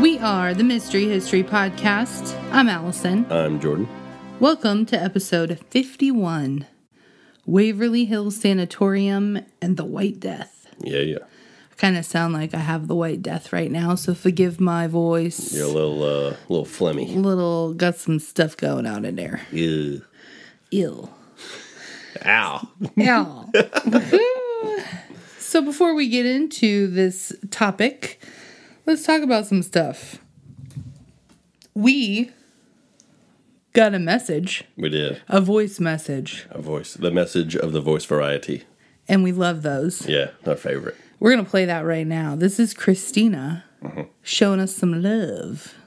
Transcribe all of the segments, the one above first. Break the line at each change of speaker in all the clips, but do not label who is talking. We are the Mystery History Podcast. I'm Allison.
I'm Jordan.
Welcome to episode 51 Waverly Hills Sanatorium and the White Death.
Yeah, yeah.
I kind of sound like I have the White Death right now, so forgive my voice.
You're a little, uh, little phlegmy.
Little, got some stuff going on in there.
Ew.
Ill.
Ow.
Yeah. so before we get into this topic, let's talk about some stuff. We got a message,
We did.
a voice message,
A voice. The message of the voice variety.
and we love those.
Yeah, our favorite.
We're going to play that right now. This is Christina showing us some love.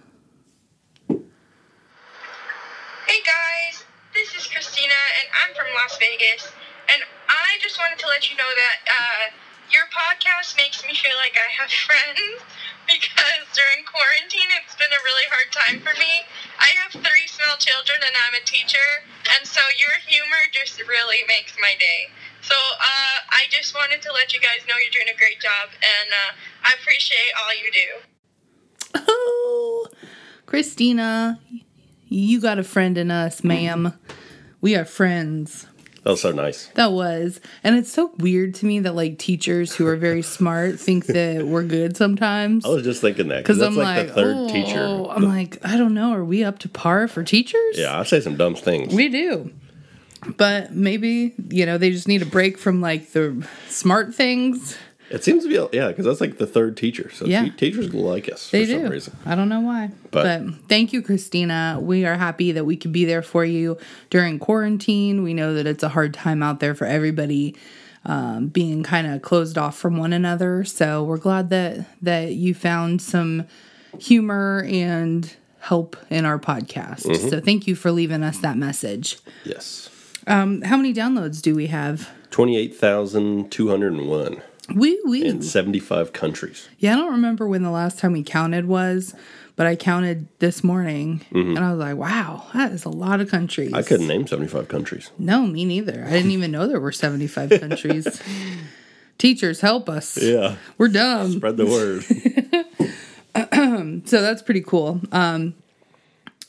Hey guys, this is Christina, and I'm from Las Vegas. And I just wanted to let you know that uh, your podcast makes me feel like I have friends because during quarantine it's been a really hard time for me. I have three small children, and I'm a teacher, and so your humor just really makes my day. So uh, I just wanted to let you guys know you're doing a great job, and uh, I appreciate all you do.
Oh, Christina, you got a friend in us, ma'am. We are friends.
That was so nice.
That was. And it's so weird to me that like teachers who are very smart think that we're good sometimes.
I was just thinking that because
Because
Oh,
I'm
that's
like,
like, the third
oh,
teacher.
I'm like, I don't know. Are we up to par for teachers?
Yeah, I say some dumb things.
We do. But maybe, you know, they just need a break from like the smart things.
It seems to be, yeah, because that's like the third teacher. So
Yeah.
te- teachers like us
They
for
do.
some reason.
I don't know why. But,
But-
thank you, Christina. We are happy that we could be there for you during quarantine. We know that it's a hard time out there for everybody, um, being kind of closed off from one another. So we're glad that that you found some humor and help in our podcast.
Mm-hmm.
So thank you for leaving us that message.
Yes.
Um, how many downloads do we have?
28,201
We we
in 75 countries.
Yeah, I don't remember when the last time we counted was, but I counted this morning and I was like, wow, that is a lot of countries.
Mm-hmm. I couldn't name 75 countries.
No, me neither. I didn't even know there were 75 countries. Teachers, help us.
Yeah.
We're dumb.
Spread the word.
So that's pretty cool. Um,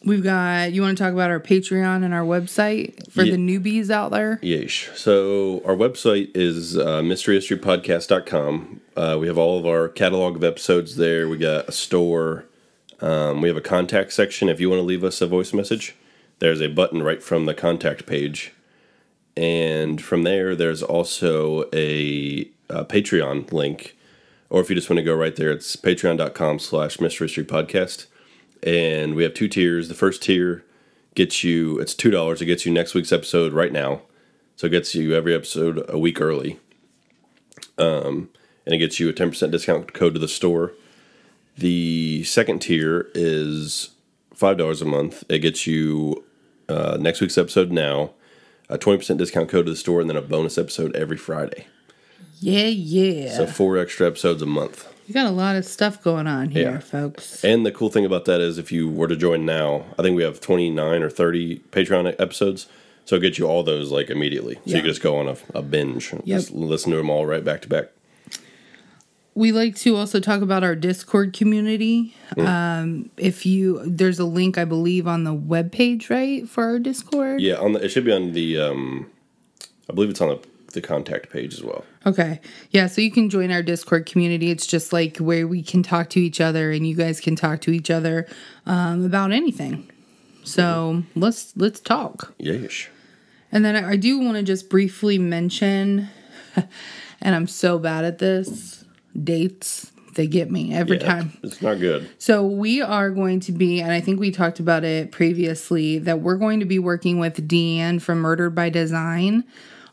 we've got, you want to talk about our Patreon and our website for the newbies out there?
Yeesh. So our website is uh, mysteryhistorypodcast.com. Uh, we have all of our catalog of episodes there. We got a store. Um, we have a contact section. If you want to leave us a voice message, there's a button right from the contact page. And from there, there's also a, uh Patreon link. Or if you just want to go right there, it's patreon.com slash mystery history podcast. And we have two tiers. The first tier gets you, it's $2. It gets you next week's episode right now. So it gets you every episode a week early. Um, and it gets you a 10% discount code to the store. The second tier is $5 a month. It gets you uh, next week's episode now, a 20% discount code to the store, and then a bonus episode every Friday.
Yeah, yeah.
So four extra episodes a month.
we got a lot of stuff going on here,
Yeah.
folks.
And the cool thing about that is if you were to join now, I think we have 29 or 30 Patreon e-, episodes. So it gets you all those like immediately. So
Yeah.
you can just go on a, a binge. and
Yep.
Just listen to them all right back to back.
we like to also talk about our discord community um, if you there's a link i believe on the webpage right for our discord
Yeah, on the, it should be on the. Um, I believe it's on the, the contact page as well.
okay yeah so you can join our discord community it's just like where we can talk to each other and you guys can talk to each other um, about anything so let's let's talk
Yeesh.
And then I, I do want to just briefly mention, and I'm so bad at this dates. They get me every
Yeah,
time.
it's not good.
So we are going to be, and I think we talked about it previously, that we're going to be working with Deanne from Murdered by Design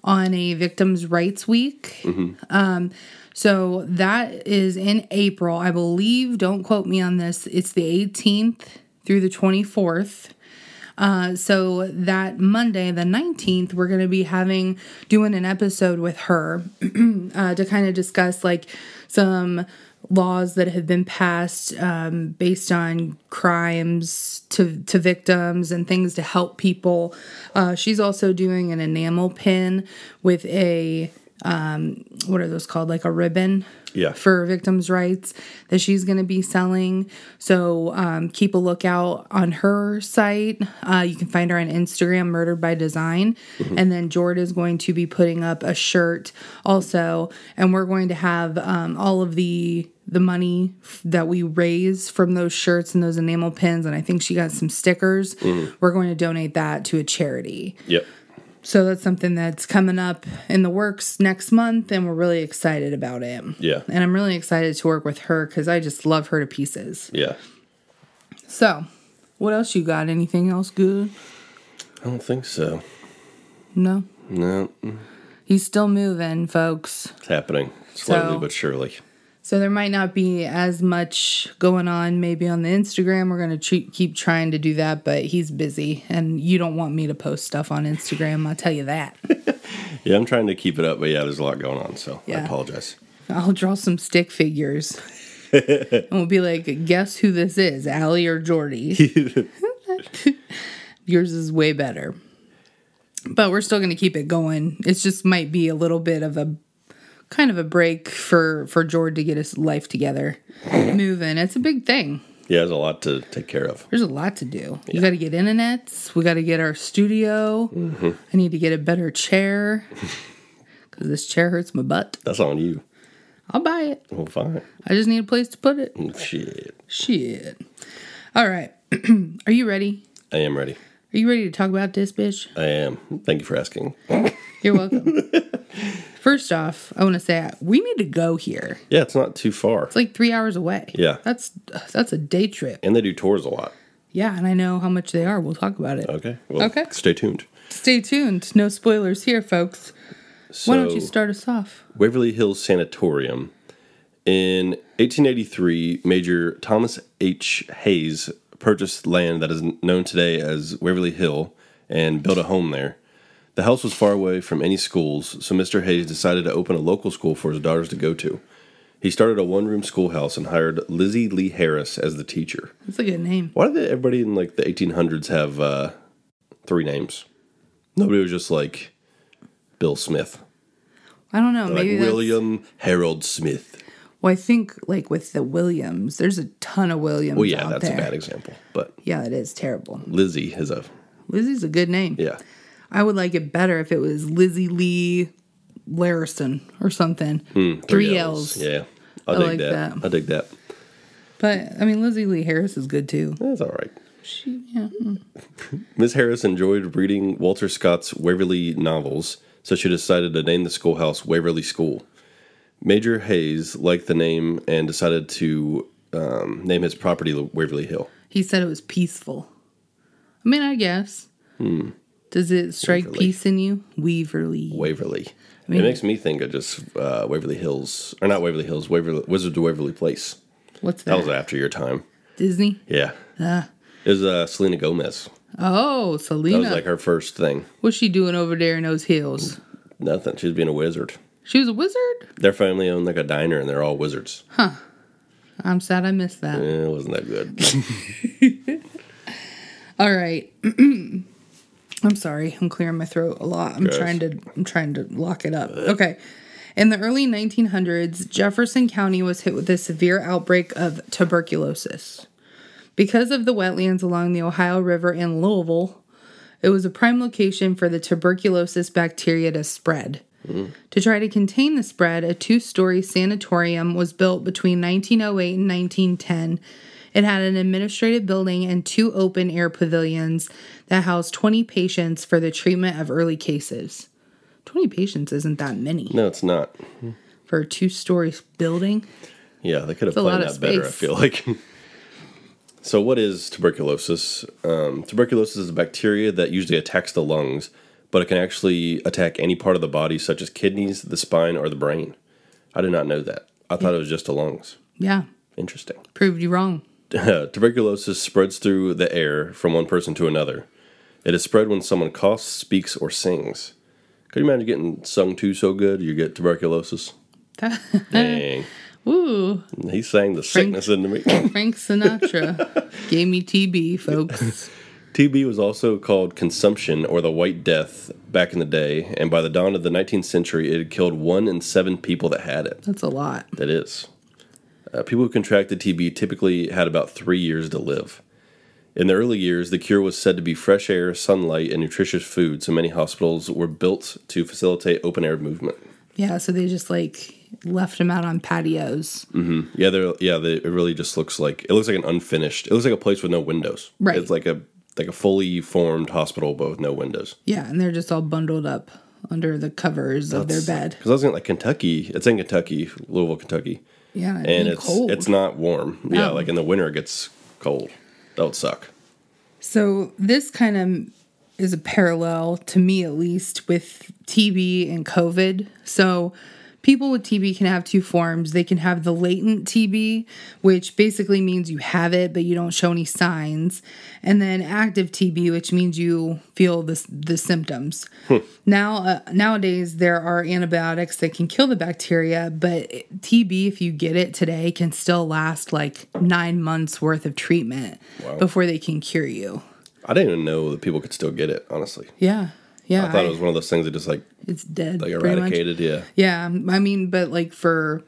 on a Victims' Rights Week. Um, so that is in April, I believe. Don't quote me on this. It's the 18th through the 24th. Uh, so that Monday, the 19th, we're going to be having doing an episode with her uh, to kind of discuss like some laws that have been passed um, based on crimes to to victims and things to help people. Uh, she's also doing an enamel pin with a um, what are those called? Like a ribbon
Yeah.
for victims' rights that she's going to be selling. So um, keep a lookout on her site. Uh, you can find her on Instagram, Murdered by Design. And then Jord is going to be putting up a shirt also, and we're going to have um, all of the the money f- that we raise from those shirts and those enamel pins, and I think she got some stickers. We're going to donate that to a charity.
Yep.
So that's something that's coming up in the works next month, and we're really excited about it.
Yeah.
And I'm really excited to work with her because I just love her to pieces.
Yeah.
So, what else you got? Anything else good?
I don't think so.
No.
No, mm,
He's still moving, folks.
it's happening slowly
So-
but surely.
So there might not be as much going on maybe on the Instagram. We're going to tr- keep trying to do that, but he's busy and you don't want me to post stuff on Instagram. I'll tell you that.
Yeah, I'm trying to keep it up, but yeah, there's a lot going on, so I
Yeah.
apologize.
I'll draw some stick figures. and we'll be like, guess who this is, Allie or Jordy? Yours is way better. But we're still going to keep it going. It just might be a little bit of a kind of a break for for Jord to get his life together, moving. It's a big thing.
Yeah, there's a lot to take care of.
There's a lot to do. We got to get internets. We got to get our studio. I need to get a better chair because this chair hurts my butt.
That's on you.
I'll buy it.
Well, fine. Oh,
I just need a place to put it.
Shit.
Shit. All right. Are you ready?
I am ready.
Are you ready to talk about this, bitch?
I am. Thank you for asking.
You're welcome. First off, I want to say uh, we need to go here.
Yeah, it's not too far.
It's like three hours away.
Yeah.
That's that's a day trip.
And they do tours a lot.
Yeah, and I know how much they are. We'll talk about it.
Okay. Well,
Okay.
Stay tuned.
Stay tuned. No spoilers here, folks.
So,
Why don't you start us off?
Waverly Hills Sanatorium. In 1883, Major Thomas H. Hayes purchased land that is known today as Waverly Hill and built a home there. The house was far away from any schools, so Mr. Hayes decided to open a local school for his daughters to go to. He started a one-room schoolhouse and hired Lizzie Lee Harris as the teacher.
That's a good name.
Why did everybody in like the 1800s have uh, three names? Nobody was just like Bill Smith,
I don't know.
like
Maybe that's-
William Harold Smith.
Well, I think like with the Williams, there's a ton of Williams.
Well, Oh, yeah,
out
that's
there.
a bad example, but
Yeah, it is terrible.
Lizzie is a
Lizzie's a good name.
yeah.
I would like it better if it was Lizzie Lee Larison or something. three L's.
Hmm, Yeah, I
I
dig
like
that.
that.
I dig that.
But I mean, Lizzie Lee Harris is good too.
That's all right.
She, yeah.
Miss Harris enjoyed reading Walter Scott's Waverly novels, so she decided to name the schoolhouse Waverly School. Major Hayes liked the name and decided to um, name his property Waverly Hill.
He said it was peaceful. I mean, I guess. Does it strike
Hmm. Waverly.
peace in you? Weaverly.
Waverly. it makes me think of just uh, Waverly Hills, or not Waverly Hills, Waverly, Wizards of Waverly Place.
What's
That
that?
was after your time.
Disney?
Yeah. It was uh, Selena Gomez.
Oh,
That
Selena.
was like her first thing.
What's she doing over there in those hills?
Nothing. She was being a wizard.
She was a wizard?
Their family owned like a diner and they're all wizards.
I'm sad I missed that.
Eh, it wasn't that good.
All right. I'm sorry. I'm clearing my throat a lot. I'm
Gross.
trying to I'm trying to lock it up. Okay. In the early 1900s, Jefferson County was hit with a severe outbreak of tuberculosis. Because of the wetlands along the Ohio River in Louisville, it was a prime location for the tuberculosis bacteria to spread. To try to contain the spread, a two story sanatorium was built between 1908 and 1910. It had an administrative building and two open air pavilions that housed 20 patients for the treatment of early cases. 20 patients isn't that many
no, it's not.
for a two story building.
Yeah, they could have
a
planned
lot
that
of
better, I
space.
feel like. so, what is tuberculosis? Um, tuberculosis is a bacteria that usually attacks the lungs, but it can actually attack any part of the body, such as kidneys, the spine, or the brain. I did not know that. I thought it was just the lungs.
Yeah,
Interesting.
proved you wrong.
tuberculosis spreads through the air from one person to another. It is spread when someone coughs, speaks, or sings. Could you imagine getting sung to so good you get tuberculosis? Dang.
Ooh,
He sang the sickness into me.
Frank Sinatra gave me TB, folks.
TB was also called consumption or the White Death back in the day, and by the dawn of the 19th century, it had killed one in seven people that had it.
That's a lot.
That is. Uh, people who contracted TB typically had about three years to live. In the early years, the cure was said to be fresh air, sunlight, and nutritious food, so many hospitals were built to facilitate open air movement.
Yeah, so they just like left him out on patios.
Yeah, they're, yeah, they, it really just looks like it looks like an unfinished. It looks like a place with no windows.
Right.
It's like a like a fully formed hospital, but with no windows.
Yeah, and they're just all bundled up under the covers of their bed.
Because I was in like Kentucky. It's in Kentucky, Louisville, Kentucky,
Yeah,
and
be
it's it's not warm. Yeah,
No.
like in the winter it gets cold. That would suck.
So this kind of is a parallel to me at least with TB and COVID. So people with TB can have two forms. They can have the latent TB, which basically means you have it but you don't show any signs, and then active TB, which means you feel the the symptoms.
Hmm.
Now uh, nowadays there are antibiotics that can kill the bacteria, but TB if you get it today can still last like 9 months worth of treatment before they can cure you.
I didn't even know that people could still get it. Honestly,
Yeah. Yeah.
I thought
I-
it was one of those things that just like
it's dead.
like
pretty much.
eradicated. Yeah,
Yeah. um, I mean, but like for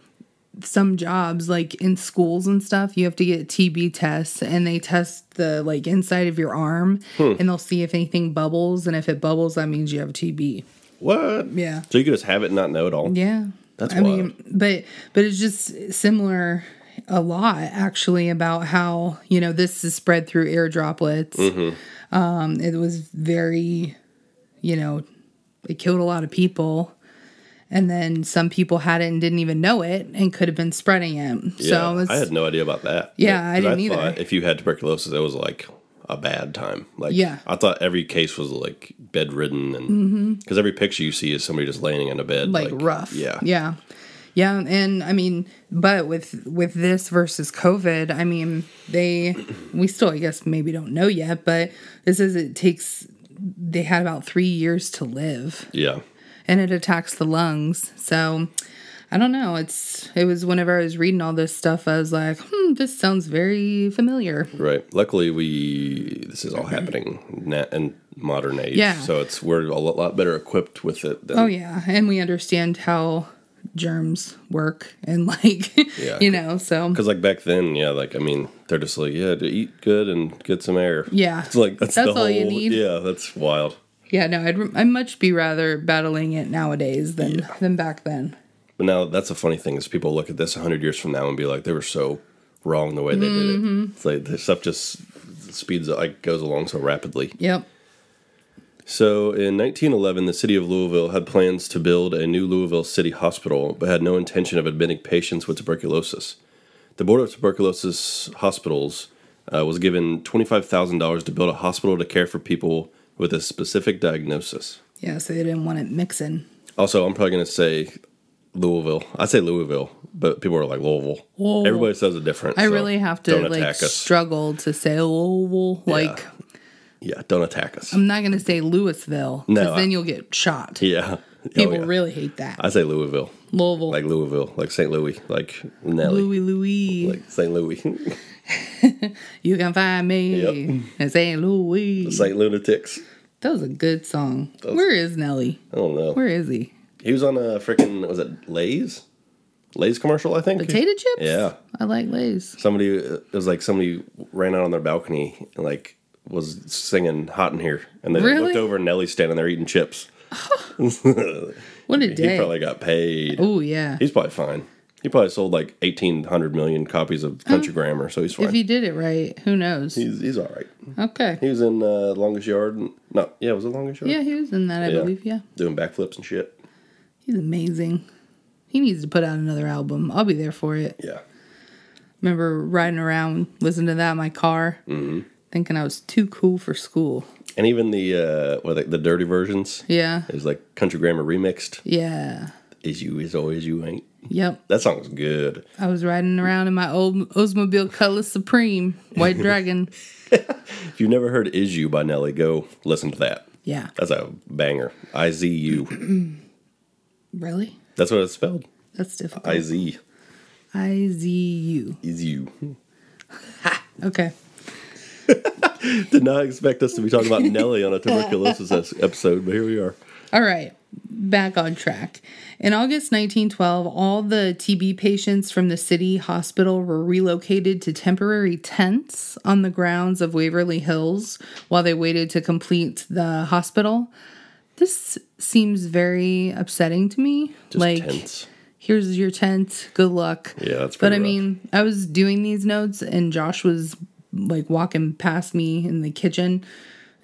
some jobs, like in schools and stuff, you have to get TB tests and they test the like inside of your arm
Hmm.
and they'll see if anything bubbles. And if it bubbles, that means you have TB.
what?
Yeah.
So you could just have it and not know at all.
Yeah.
That's
I
wild.
mean, but but it's just similar a lot actually about how, you know, this is spread through air droplets.
Mm-hmm.
Um it was very you know, it killed a lot of people. And then some people had it and didn't even know it and could have been spreading it. so
Yeah,
it's
I had no idea about that.
Yeah, I
'cause
didn't
thought
either.
If you had tuberculosis, it was like a bad time. Like,
Yeah. Mm-hmm.
I thought every case was like bedridden, and because every picture you see is somebody just laying in a bed,
like, rough.
Yeah,
Yeah. Yeah, and I mean, but with with this versus COVID, I mean, they we still I guess maybe don't know yet, but this is it takes they had about 3 years to live
yeah.
and it attacks the lungs. So I don't know, it's it was whenever I was reading all this stuff I was like, "Hmm, this sounds very familiar."
Right. Luckily, we this is all happening na- in modern age.
Yeah.
So it's we're a lot, lot better equipped with it. Than,
Oh yeah, and we understand how germs work and like
Yeah,
you know, so
Because like back then, yeah, like I mean, they're just like, yeah, to eat good and get some air.
Yeah.
it's like that's,
That's
the
all you
whole-
need.
Yeah, that's wild.
Yeah, no, I'd I'd much be rather battling it nowadays than than back then.
But now that's the funny thing is people look at this hundred years from now and be like, they were so wrong the way they
Mm-hmm.
did it. It's like the stuff just speeds up, like goes along so rapidly.
Yep.
So in 1911, the city of Louisville had plans to build a new Louisville City Hospital, but had no intention of admitting patients with tuberculosis. The Board of Tuberculosis Hospitals uh, was given $25,000 to build a hospital to care for people with a specific diagnosis.
Yeah, so they didn't want it mixing.
Also, I'm probably going to say Louisville. I say Louisville, but people are like Louisville.
Louisville.
Everybody says it different.
I
so
really have
don't
to like
attack us.
struggle to say Louisville. Like
yeah, don't attack us.
I'm not gonna say Louisville because
No, I-
then you'll get shot.
yeah. Oh,
People
yeah.
really hate that.
I say Louisville,
Louisville,
like
like
Louisville, like St. Louis, like Nelly,
Louis Louis.
like St. Louis,
you can find me
Yep.
and say Louis.
St. Lunatics.
that was a good song. Where is Nelly?
I don't know.
Where is he?
He was on a freaking was it Lay's, Lay's commercial, I think.
Potato chips.
Yeah.
I like Lay's.
Somebody it was like somebody ran out on their balcony and like was singing "Hot in Here," and they
Really?
looked over and Nelly's standing there eating chips.
What a
He
day.
probably got paid.
oh yeah.
He's probably fine. He probably sold like eighteen hundred million copies of Country Grammar, so he's
If
fine.
he did it right, who knows?
he's he's all right.
okay.
He was in uh, Longest Yard. And, no, yeah, was it Longest Yard?
Yeah, he was in that, I
Yeah.
believe. Yeah.
doing backflips and shit.
He's amazing. He needs to put out another album. I'll be there for it.
Yeah,
Remember riding around, listening to that in my car,
Mm-hmm.
thinking I was too cool for school.
and even the uh, what are they, the dirty versions.
Yeah.
It was like Country Grammar remixed.
Yeah.
Is you as old as you ain't.
Yep.
That song's good.
I was riding around in my old Oldsmobile Color Supreme White Dragon.
If you've never heard Is You by Nelly, go listen to that.
Yeah.
That's a banger. I Z U.
Really?
That's what it's spelled.
That's difficult.
I Z.
I Z U.
Is you.
Okay.
Did not expect us to be talking about Nelly on a tuberculosis es- episode, but here we are.
All right. Back on track. In August 1912, all the TB patients from the city hospital were relocated to temporary tents on the grounds of Waverly Hills while they waited to complete the hospital. This seems very upsetting to me.
Just
like
tense.
here's your tent. Good luck.
Yeah, that's
But
pretty
I
rough.
mean, I was doing these notes and Josh was like walking past me in the kitchen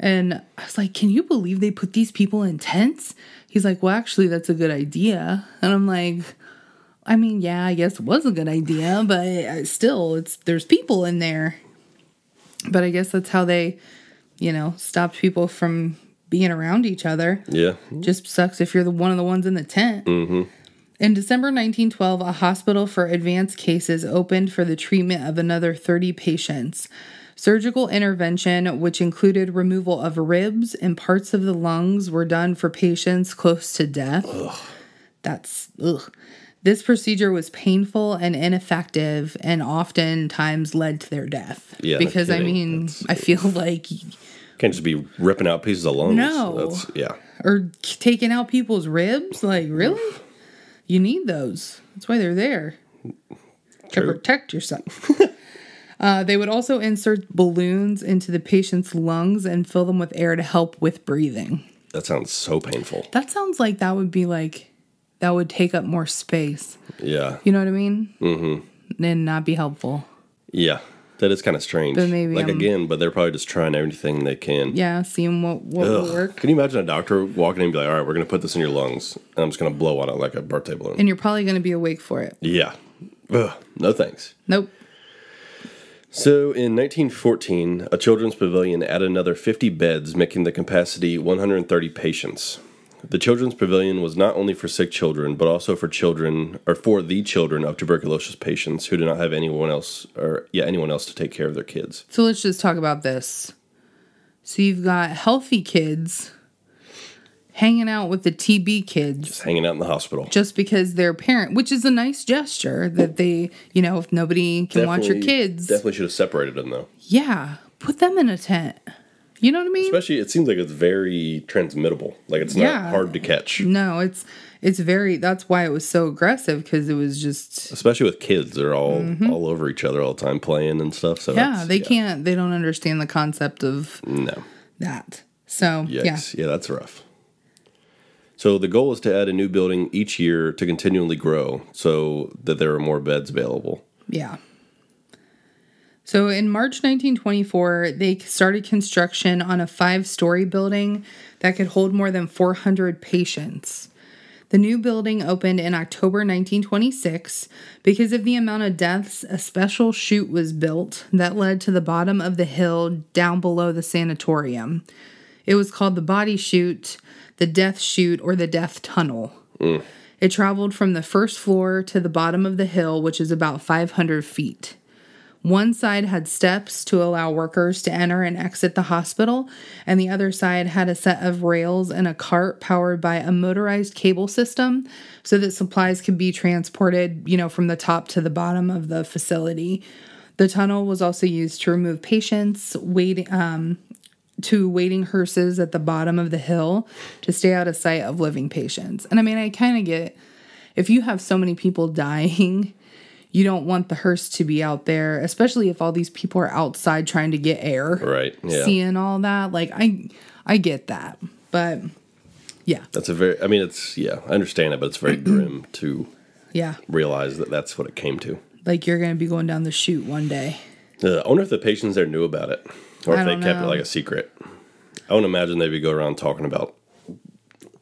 and I was like, "Can you believe they put these people in tents?" He's like, "Well, actually, that's a good idea." And I'm like, "I mean, yeah, I guess it was a good idea, but I- still, it's there's people in there." But I guess that's how they, you know, stopped people from being around each other.
Yeah.
Just sucks if you're the one of the ones in the tent.
Mm-hmm.
In December 1912, a hospital for advanced cases opened for the treatment of another 30 patients. Surgical intervention, which included removal of ribs and parts of the lungs, were done for patients close to death. That's ugh. This procedure was painful and ineffective and oftentimes led to their death.
Yeah, no
because I
kidding.
mean, I feel like
Can't just be ripping out pieces of lungs.
No.
That's, yeah.
or k- taking out people's ribs. Like, really? You need those. That's why they're there to
True.
protect yourself. uh, they would also insert balloons into the patient's lungs and fill them with air to help with breathing.
That sounds so painful.
That sounds like that would be like, that would take up more space.
Yeah.
You know what I mean? Mm-hmm. And not be helpful.
Yeah. That is kind of strange.
But maybe
like
I'm-
again, but they're probably just trying everything they can.
Yeah, seeing what, what will
Ugh.
work.
Can you imagine a doctor walking in and be like, all right, we're going to put this in your lungs and I'm just going to blow on it like a birthday balloon?
And you're probably going to be awake for it.
yeah. Ugh, no thanks.
Nope.
So in 1914, a children's pavilion added another 50 beds, making the capacity 130 patients. The children's pavilion was not only for sick children, but also for children or for the children of tuberculosis patients who did not have anyone else or yeah, anyone else to take care of their kids.
So let's just talk about this. So you've got healthy kids hanging out with the TB kids
Hanging out in the hospital.
just because their parent, which is a nice gesture that they, you know, if nobody can watch your
Definitely-
kids,
Definitely should have separated them though.
yeah, put them in a tent. You know what I mean?
Especially, it seems like it's very transmittable. Like it's not
Yeah.
hard to catch,
no, it's it's very that's why it was so aggressive because it was just
especially with kids. They're all all over each other all the time, playing and stuff. So
Mm-hmm. yeah,
that's-
they can't they don't understand the concept of
No,
that. So, yeah.
yikes, yeah. that's rough. So the goal is to add a new building each year to continually grow, so that there are more beds available.
Yeah. So in March 1924, they started construction on a five story building that could hold more than 400 patients. The new building opened in October 1926. Because of the amount of deaths, a special chute was built that led to the bottom of the hill down below the sanatorium. It was called the body chute, the death chute, or the death tunnel. It traveled from the first floor to the bottom of the hill, which is about 500 feet. One side had steps to allow workers to enter and exit the hospital, and the other side had a set of rails and a cart powered by a motorized cable system so that supplies could be transported, you know, from the top to the bottom of the facility. The tunnel was also used to remove patients waiting um, to waiting hearses at the bottom of the hill to stay out of sight of living patients. And I mean, I kind of get if you have so many people dying, you don't want the hearse to be out there, especially if all these people are outside trying to get air,
Right? Yeah,
seeing all that. Like I, I get that, but yeah,
that's a very. I mean, it's yeah, I understand it, but it's very grim to
yeah,
realize that that's what it came to.
like you're gonna be going down the chute one day.
Uh, I wonder if the patients there knew about it, or
I
if they
don't
kept it
know.
like a secret. I would imagine they would go around talking about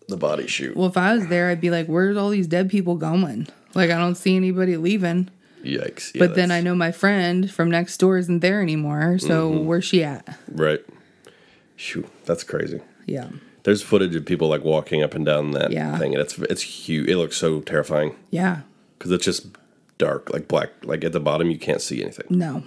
the body shoot.
Well, if I was there, I'd be like, "Where's all these dead people going? Like I don't see anybody leaving."
Yikes! Yeah,
But then I
that's-
know my friend from next door isn't
Mm-hmm.
there anymore. So where's she at?
right. Shoot, that's crazy.
Yeah.
There's footage of people like walking up and down that
Yeah.
thing, and it's it's huge. It looks so terrifying
Yeah.
because it's just dark, like black, like at the bottom you can't see anything.
No.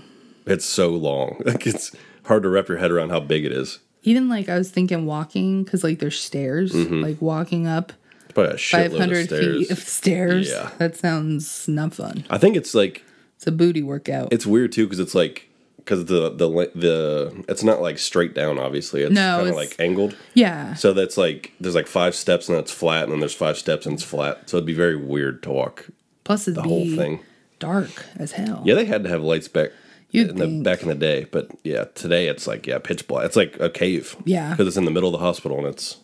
It's so long, like it's hard to wrap your head around how big it is.
Even like I was thinking walking because like there's stairs, like walking up
It's probably a Mm-hmm. shitload of
500
stairs.
feet of stairs.
Yeah.
That sounds not fun.
I think it's like
It's a booty workout.
it's weird too because it's like because the the le- the it's not like straight down. Obviously, it's
No,
kind of
it's-
like angled.
yeah.
So that's like there's like five steps and it's flat, and then there's five steps and it's flat. So it'd be very weird to walk
Plus it'd
the
be
whole thing.
dark as hell.
Yeah, they had to have lights back
You'd
in the,
think.
back in the day, but yeah, today it's like yeah, pitch black. It's like a cave.
Yeah.
because it's in the middle of the hospital and it's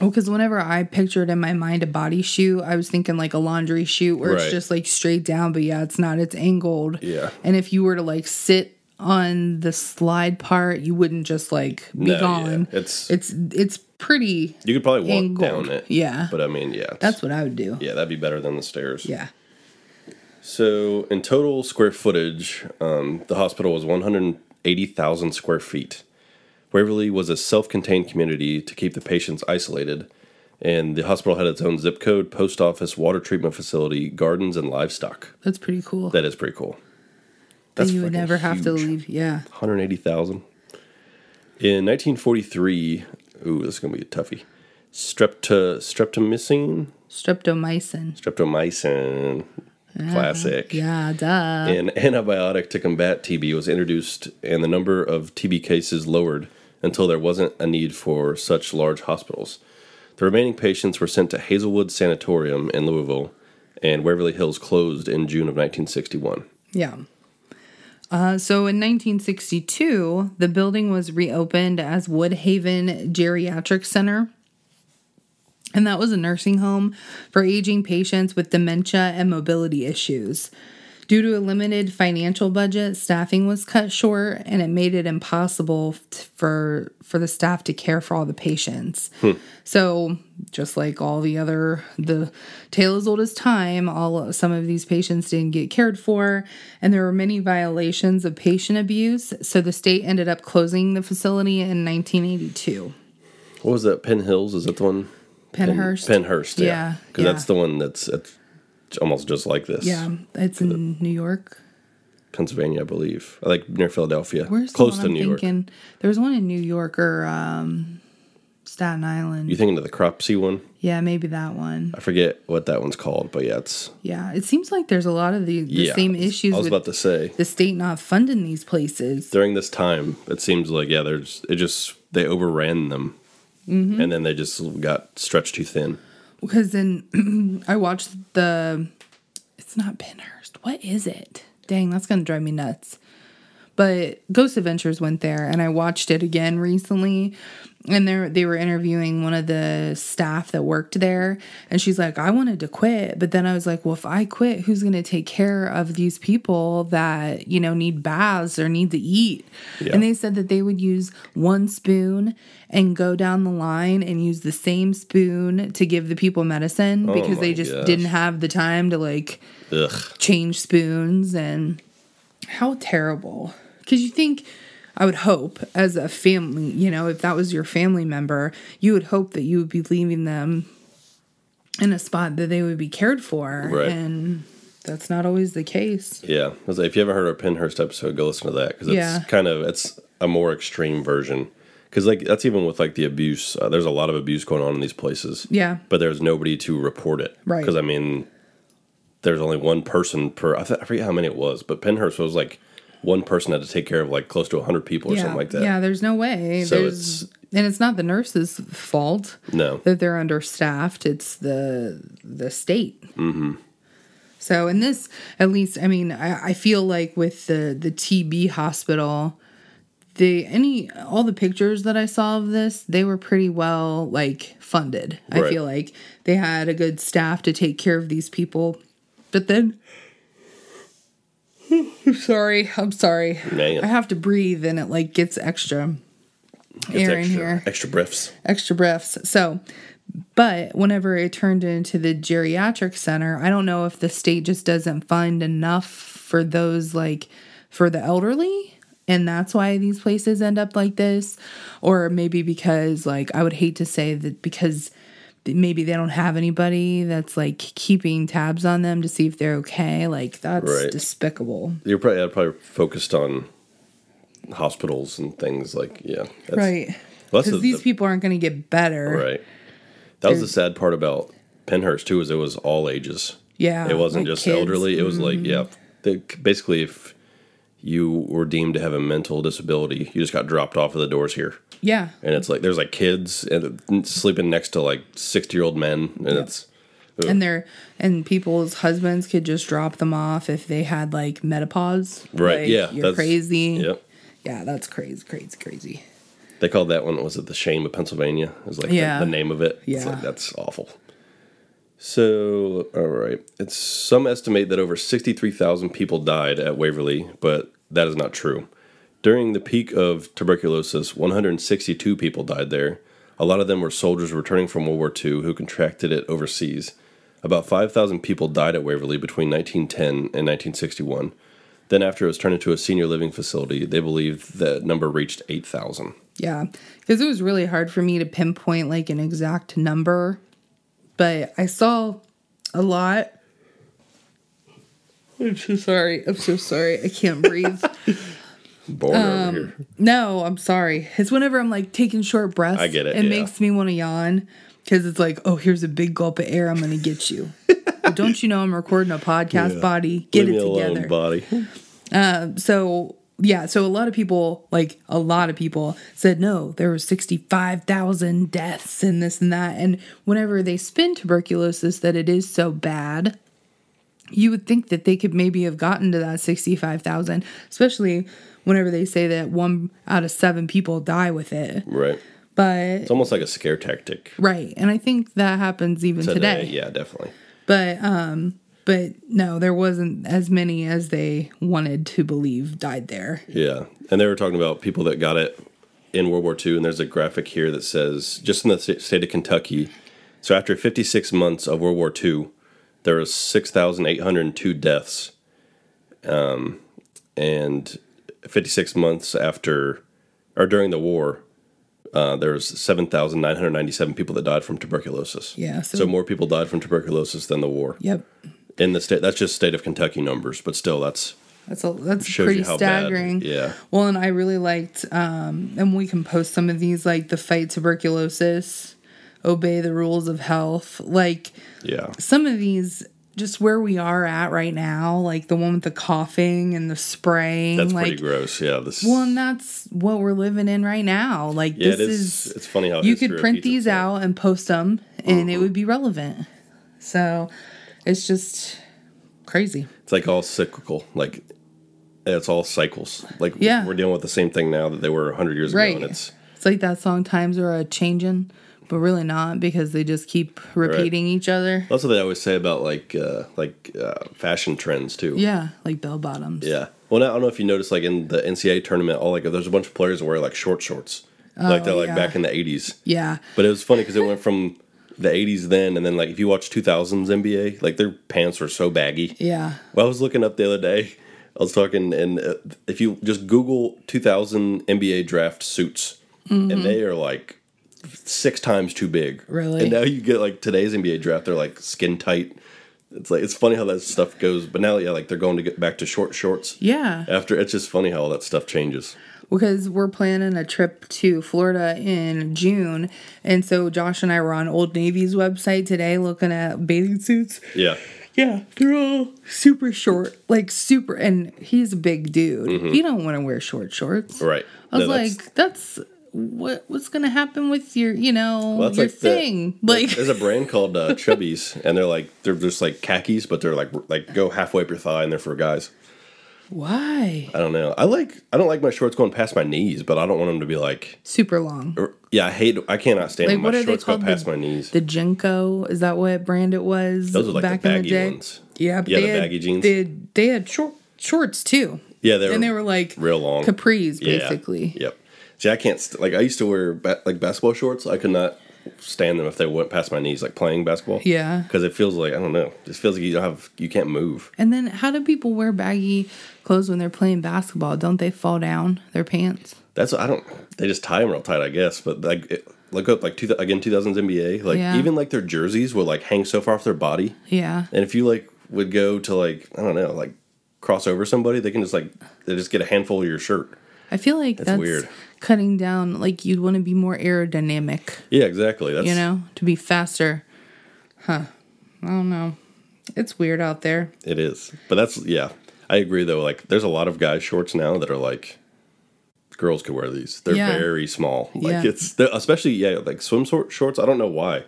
Well, because Oh, whenever I pictured in my mind a body shoot, I was thinking like a laundry shoot where
Right.
it's just like straight down, but yeah, it's not. It's angled.
Yeah.
And if you were to like sit on the slide part, you wouldn't just like be
No, yeah.
gone.
It's-
it's it's pretty.
you could probably walk
Angled.
down it.
Yeah.
but I mean, yeah, it's-
That's what I would do.
yeah, that'd be better than the stairs.
Yeah.
So in total square footage, um, the hospital was 180,000 square feet. Waverly was a self-contained community to keep the patients isolated, and the hospital had its own zip code, post office, water treatment facility, gardens, and livestock.
That's pretty cool. That,
That is pretty cool. That's
you would
fucking
never have to
huge.
leave. Yeah.
180,000. In 1943, ooh, this is gonna be a toughie. Strepto streptomycin,
Streptomycin.
streptomycin,
Uh-huh.
classic.
Yeah, duh.
An antibiotic to combat TB was introduced, and the number of TB cases lowered until there wasn't a need for such large hospitals. The remaining patients were sent to Hazelwood Sanatorium in Louisville, and Waverly Hills closed in June of 1961.
Yeah. Uh, so in 1962, the building was reopened as Woodhaven Geriatric Center. And that was a nursing home for aging patients with dementia and mobility issues. Due to a limited financial budget, staffing was cut short, and it made it impossible t- for for the staff to care for all the patients. So, just like all the other the tale as old as time, all some of these patients didn't get cared for, and there were many violations of patient abuse. So the state ended up closing the facility in 1982.
What was that? Penn Hills? Is that the one?
Penhurst.
Penhurst, yeah.
Yeah,
Because
yeah.
that's the one that's, that's almost just like this.
Yeah, it's in New York.
Pennsylvania, I believe. Like near Philadelphia.
Where's
Close
the
to
one
New
I'm
York.
thinking? There was one in New York or um, Staten Island.
You thinking of the Cropsey one?
yeah, maybe that one.
I forget what that one's called, but yeah, it's
Yeah, it seems like there's a lot of the, the
yeah,
same
I was-
issues
I was
with
about to say
the state not funding these places.
during this time, it seems like yeah, there's it just they overran them,
Mm-hmm.
and then they just got stretched too thin.
Because then I watched the. It's not Penhurst. What is it? Dang, that's going to drive me nuts. But Ghost Adventures went there and I watched it again recently. And there they were interviewing one of the staff that worked there. And she's like, I wanted to quit. But then I was like, well, if I quit, who's going to take care of these people that, you know, need baths or need to eat?
Yeah.
And they said that they would use one spoon and go down the line and use the same spoon to give the people medicine because
Oh my
they just
gosh.
didn't have the time to like
Ugh.
change spoons and how terrible because you think i would hope as a family you know if that was your family member you would hope that you would be leaving them in a spot that they would be cared for
Right.
and that's not always the case
Yeah, I was like, if you haven't heard our Penhurst episode, go listen to that because it's
Yeah.
kind of it's a more extreme version. Because like that's even with like the abuse. Uh, there's a lot of abuse going on in these places.
Yeah.
but there's nobody to report it.
Right.
Because I mean, there's only one person per. I, th- I forget how many it was, but Penhurst was like one person had to take care of like close to hundred people or
yeah
something like that.
yeah there's no way
So
there's
it's-
and it's not the nurse's fault
No.
that they're understaffed. It's the the state. Mm-hmm. So in this, at least, I mean, I, I feel like with the the TB hospital, the any all the pictures that I saw of this, they were pretty well like funded. I
Right.
feel like they had a good staff to take care of these people, but then. I'm sorry. I'm sorry.
Man.
I have to breathe, and it like gets extra
It's
air
extra,
in here
Extra breaths.
extra breaths. So, but whenever it turned into the geriatric center, I don't know if the state just doesn't fund enough for those like for the elderly and that's why these places end up like this or maybe because like i would hate to say that because th- maybe they don't have anybody that's like keeping tabs on them to see if they're okay like that's
Right.
despicable
You're probably, I'd probably focused on hospitals and things like, yeah. That's,
right
Well, that's
because
the-
these
the-
people aren't going to get better
Right. That was the sad part about Penhurst, too, is it was all ages.
yeah
it wasn't
like
just
kids. Mm-hmm.
elderly. It was like, yeah. They, basically, if you were deemed to have a mental disability, you just got dropped off of the doors here.
yeah
And it's like, there's like kids and sleeping next to like 60 year old men. And it's,
and their and people's husbands could just drop them off if they had like menopause.
Right,
Like,
yeah,
You're
that's-
crazy.
yep.
Yeah, that's crazy, crazy, crazy.
They called that one was it the shame of Pennsylvania? Is like the-
Yeah.
the, name of it. It's
Yeah.
like that's awful. So all right, it's some estimate that over sixty three thousand people died at Waverly, but that is not true. During the peak of tuberculosis, one hundred and sixty two people died there. A lot of them were soldiers returning from World War II who contracted it overseas. About 5,000 people died at Waverly between 1910 and 1961. Then, after it was turned into a senior living facility, they believe that number reached 8,000.
Yeah. Cuz it was really hard for me to pinpoint like an exact number, but I saw a lot. I'm so sorry. I'm so sorry. I can't breathe.
born
Um,
over here.
No, I'm sorry. It's whenever I'm like taking short breaths.
I get it,
It
yeah.
makes me want to yawn because it's like, oh, here's a big gulp of air. I'm gonna get you. But don't you know I'm recording a podcast, body? Get
Leave
it
me alone,
together.
body.
so yeah, so a lot of people, like a lot of people, said no. There were sixty five thousand deaths and this and that. And whenever they spin tuberculosis, that it is so bad you would think that they could maybe have gotten to that 65,000, especially whenever they say that one out of seven people die with it.
Right. It's
But,
almost like a scare tactic
right. And I think that happens even
today.
today.
Yeah, definitely.
But, um, but no, there wasn't as many as they wanted to believe died there.
Yeah. And they were talking about people that got it in World War II, and there's a graphic here that says just in the sta- state of Kentucky. So after 56 months of World War II, there was 6,802 deaths. Um, and 56 months after or during the war, uh, there was 7,997 people that died from tuberculosis.
Yeah, so-
so more people died from tuberculosis than the war.
Yep.
in the state. That's just state of Kentucky numbers, but still, that's
That's a, that's
Shows
pretty
you how bad-
staggering.
yeah.
Well, and I really liked, um, and we can post some of these like the fight tuberculosis, obey the rules of health, like
yeah,
some of these just where we are at right now like the one with the coughing and the spraying
that's
like
pretty gross. Yeah, this.
well and that's what we're living in right now like
yeah,
this
it is,
is
It's funny how
you
history
could print
repeats
these
itself.
out and post them and
Uh-huh.
it would be relevant so it's just crazy
It's like all cyclical. Like it's all cycles. Like
Yeah.
we're dealing with the same thing now that they were hundred years
Right.
ago, and it's
it's like that song times are a changing but really not because they just keep repeating each other
that's what they always say about like uh, like uh, fashion trends too.
yeah like bell bottoms
Yeah. Well, I don't know if you noticed, like in the NCAA tournament, all like there's a bunch of players that wear like short shorts, like they're like
Oh, yeah.
back in the '80s.
yeah
But it was funny because it went from the 80s then, and then like if you watch 2000s NBA, like their pants were so baggy.
yeah
Well, I was looking up the other day. I was talking, and uh, if you just Google 2000 NBA draft suits, and they are like six times too big.
Mm-hmm. Really?
And now you get like today's NBA draft, they're like skin tight. It's like it's funny how that stuff goes, but now yeah, like they're going to get back to short shorts.
yeah
After it's just funny how all that stuff changes.
because we're planning a trip to Florida in June. And so Josh and I were on Old Navy's website today looking at bathing suits.
Yeah,
Yeah, they're all super short, like super and he's a big dude. He don't want to wear short shorts.
Mm-hmm. right.
I was
No, that's-
like, that's, what what's going to happen with your, you know,
Well, that's
your
like the-
thing. like
There's a brand called uh, Chubbies, and they're like they're just like khakis, but they're like like go halfway up your thigh, and they're for guys.
why?
I don't know. I like I don't like my shorts going past my knees, but I don't want them to be like.
Super long.
or- Yeah, I hate. I cannot stand
Like,
when
what
my
are they
shorts go
called?
past
The-
my knees.
The Jenko, is that what brand it was
Those are like
back
the
in the
baggy
day?
ones.
Yeah, but
Yeah,
they
the
had,
baggy jeans.
They had, they had short shorts too.
Yeah, they were,
and they were like
real long.
capris,
Yeah.
basically.
Yep. See, I can't st- like I used to wear ba- like basketball shorts. I could not stand them if they went past my knees, like playing basketball.
Yeah.
Because it feels like I don't know. It feels like you don't have you can't move.
And then how do people wear baggy clothes when they're playing basketball? Don't they fall down their pants?
That's I don't. They just tie them real tight, I guess. But like it, look up like two, again, two thousands NBA. Like
Yeah.
even like their jerseys would like hang so far off their body,
Yeah.
and if you like would go to like I don't know like cross over somebody, they can just like they just get a handful of your shirt.
I feel like that's,
weird.
cutting down like you'd want to be more aerodynamic,
Yeah, exactly. That's
you know, to be faster. Huh. I don't know. It's weird out there.
It is. But that's yeah. I agree though. Like there's a lot of guys shorts now that are like girls could wear these. They're
Yeah.
very small. Like
Yeah.
it's they're- especially yeah, like swim sort shorts, I don't know why.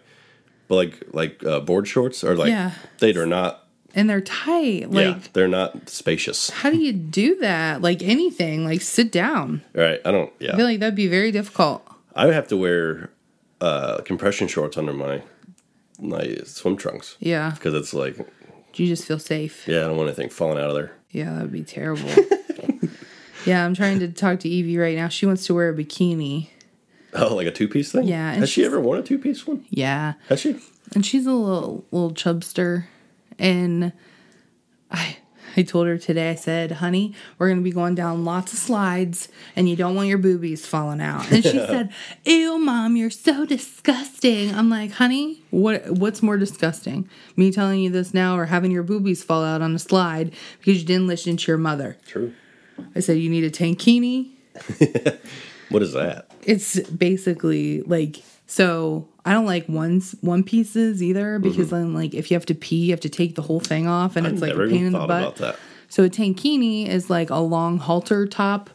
But like like uh, board shorts are like
Yeah.
they are not
And they're tight. Like
yeah, they're not spacious.
how do you do that? Like anything, like sit down.
All right. I don't
I feel
yeah.
like that'd be very difficult.
I would have to wear uh compression shorts under my my swim trunks
Yeah.
because it's like
You just feel safe.
yeah, I don't want anything falling out of there.
Yeah, that'd be terrible. yeah, I'm trying to talk to Evie right now. She wants to wear a bikini.
Oh, like a two-piece thing?
Yeah, and
Has she
she's-
ever worn a two-piece one?
Yeah.
Has she?
and she's a little little chubster and i i told her today i said honey we're going to be going down lots of slides and you don't want your boobies falling out and she said ew mom you're so disgusting i'm like honey what what's more disgusting me telling you this now or having your boobies fall out on a slide because you didn't listen to your mother
True.
i said you need a tankini
What is that?
it's basically like so I don't like ones one pieces either because then like if you have to pee you have to take the whole thing off and
I
it's like a
Mm-hmm. never
pain
even
in the
thought
butt.
about that.
So a tankini is like a long halter top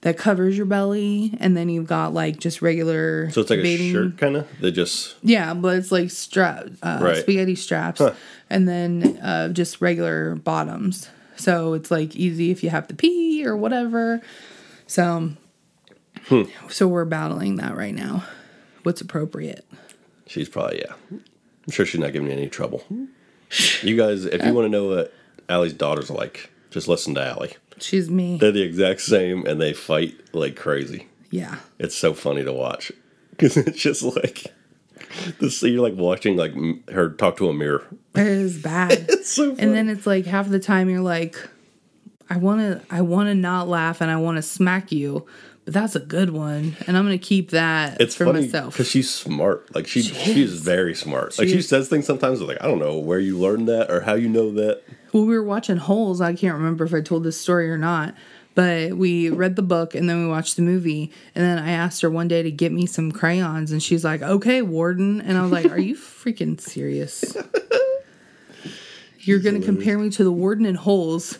that covers your belly and then you've got like just regular
So it's like
bathing-
a shirt, kind of. They just
Yeah, but it's like strap uh,
Right.
spaghetti straps and then uh, just regular bottoms. So it's like easy if you have to pee or whatever. So
Hmm.
so we're battling that right now. What's appropriate?
she's probably yeah. I'm sure she's not giving you any trouble. You guys, if you want to know what Allie's daughters are like, just listen to Allie.
She's me.
They're the exact same, and they fight like crazy.
yeah.
It's so funny to watch because it's just like this. You're like watching like m- her talk to a mirror.
It is bad.
It's so funny.
and then it's like half the time you're like I want to I want to not laugh and I want to smack you, but that's a good one and I'm going to keep that
it's
for
funny
myself.
because she's smart. Like she, she's very smart. like she
is.
says things sometimes like I don't know where you learned that or how you know that.
Well, we were watching Holes. I can't remember if I told this story or not, but we read the book and then we watched the movie. And then I asked her one day to get me some crayons, and she's like, "Okay, Warden." And I was like, "Are you freaking serious? You're gonna compare me to the Warden in Holes,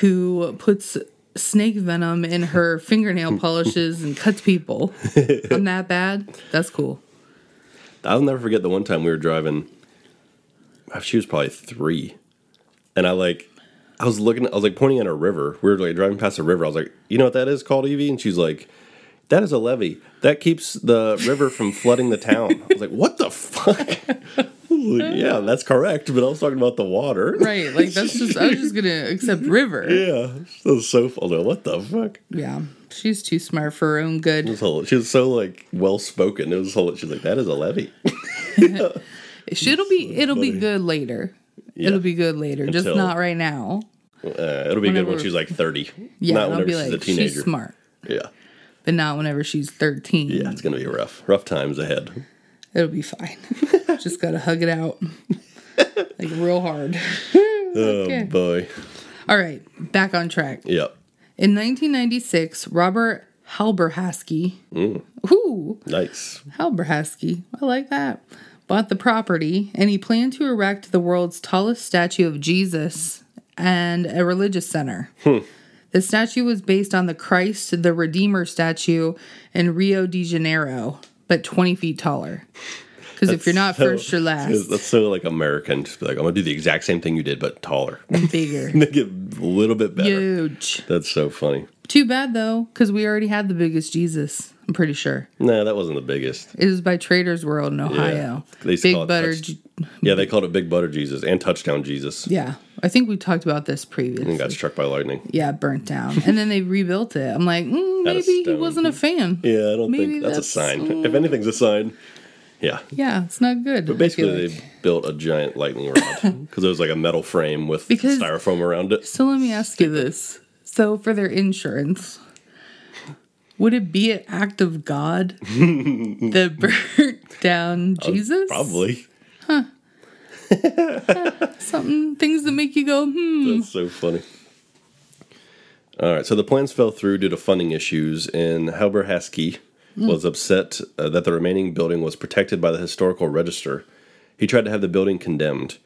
who puts." Snake venom in her fingernail polishes and cuts people. I'm that bad. That's cool.
I'll never forget the one time we were driving. She was probably three, and I like, I was looking. I was like pointing at a river. We were like driving past a river. I was like, you know what that is called, Evie? And she's like, that is a levee. That keeps the river from flooding the town. I was like, what the fuck? I was like, yeah, that's correct. But I was talking about the water.
Right. Like, that's just, I was just going to accept River.
Yeah, that was so. I was like, what the fuck?
Yeah. She's too smart for her own good.
It was hol- She was so like well spoken. It was hol- she's like, that is a Uh, levee.
It'll be it'll be
funny.
good later.
Yeah.
It'll be good later, just
Until-
not right now.
Uh, it'll be good when
Whenever-
she's like thirty.
Yeah,
not
and I'll
whenever
be
she's
like
a teenager.
she's smart,
Yeah.
but not whenever she's thirteen.
Yeah, it's gonna be rough. Rough times ahead.
It'll be fine. just gotta hug it out, like real hard.
Oh boy.
All right, back on track.
Yep.
In 1996, Robert Halberhasky,
Mm.
ooh,
Nice.
Halberhasky, I like that, bought the property and he planned to erect the world's tallest statue of Jesus and a religious center.
Hmm.
The statue was based on the Christ the Redeemer statue in Rio de Janeiro, but 20 feet taller. Because if you're not
So-
first, you're last.
That's so like American. Just be like, I'm gonna do the exact same thing you did, but taller.
Bigger.
Make it a little bit better.
Huge.
That's so funny.
Too bad though, because we already had the biggest Jesus. I'm pretty sure
Nah, that wasn't the biggest.
it was by Traders World in Ohio.
They used to call
Big
it
butter.
touch-
J-
Yeah, they called it Big Butter Jesus and Touchdown Jesus.
yeah, I think we talked about this previously.
And got struck by lightning.
yeah, burnt down. And then they rebuilt it. I'm like, mm,
Out of
maybe he
stone.
wasn't a fan.
Yeah, I don't
Maybe
think that's, a
that's-
sign. If anything's a sign, Yeah.
Yeah, it's not good. I
But
feel
basically,
like.
they built a giant lightning rod because it was like a metal frame with
Because-
styrofoam around it.
So let me ask you this. So for their insurance, would it be an act of God that burnt down Jesus?
Uh, Probably.
Something, things that make you go, hmm.
That's so funny. All right, so the plans fell through due to funding issues, and Halber Haskey
Hmm.
was upset uh, that the remaining building was protected by the historical register. He tried to have the building condemned.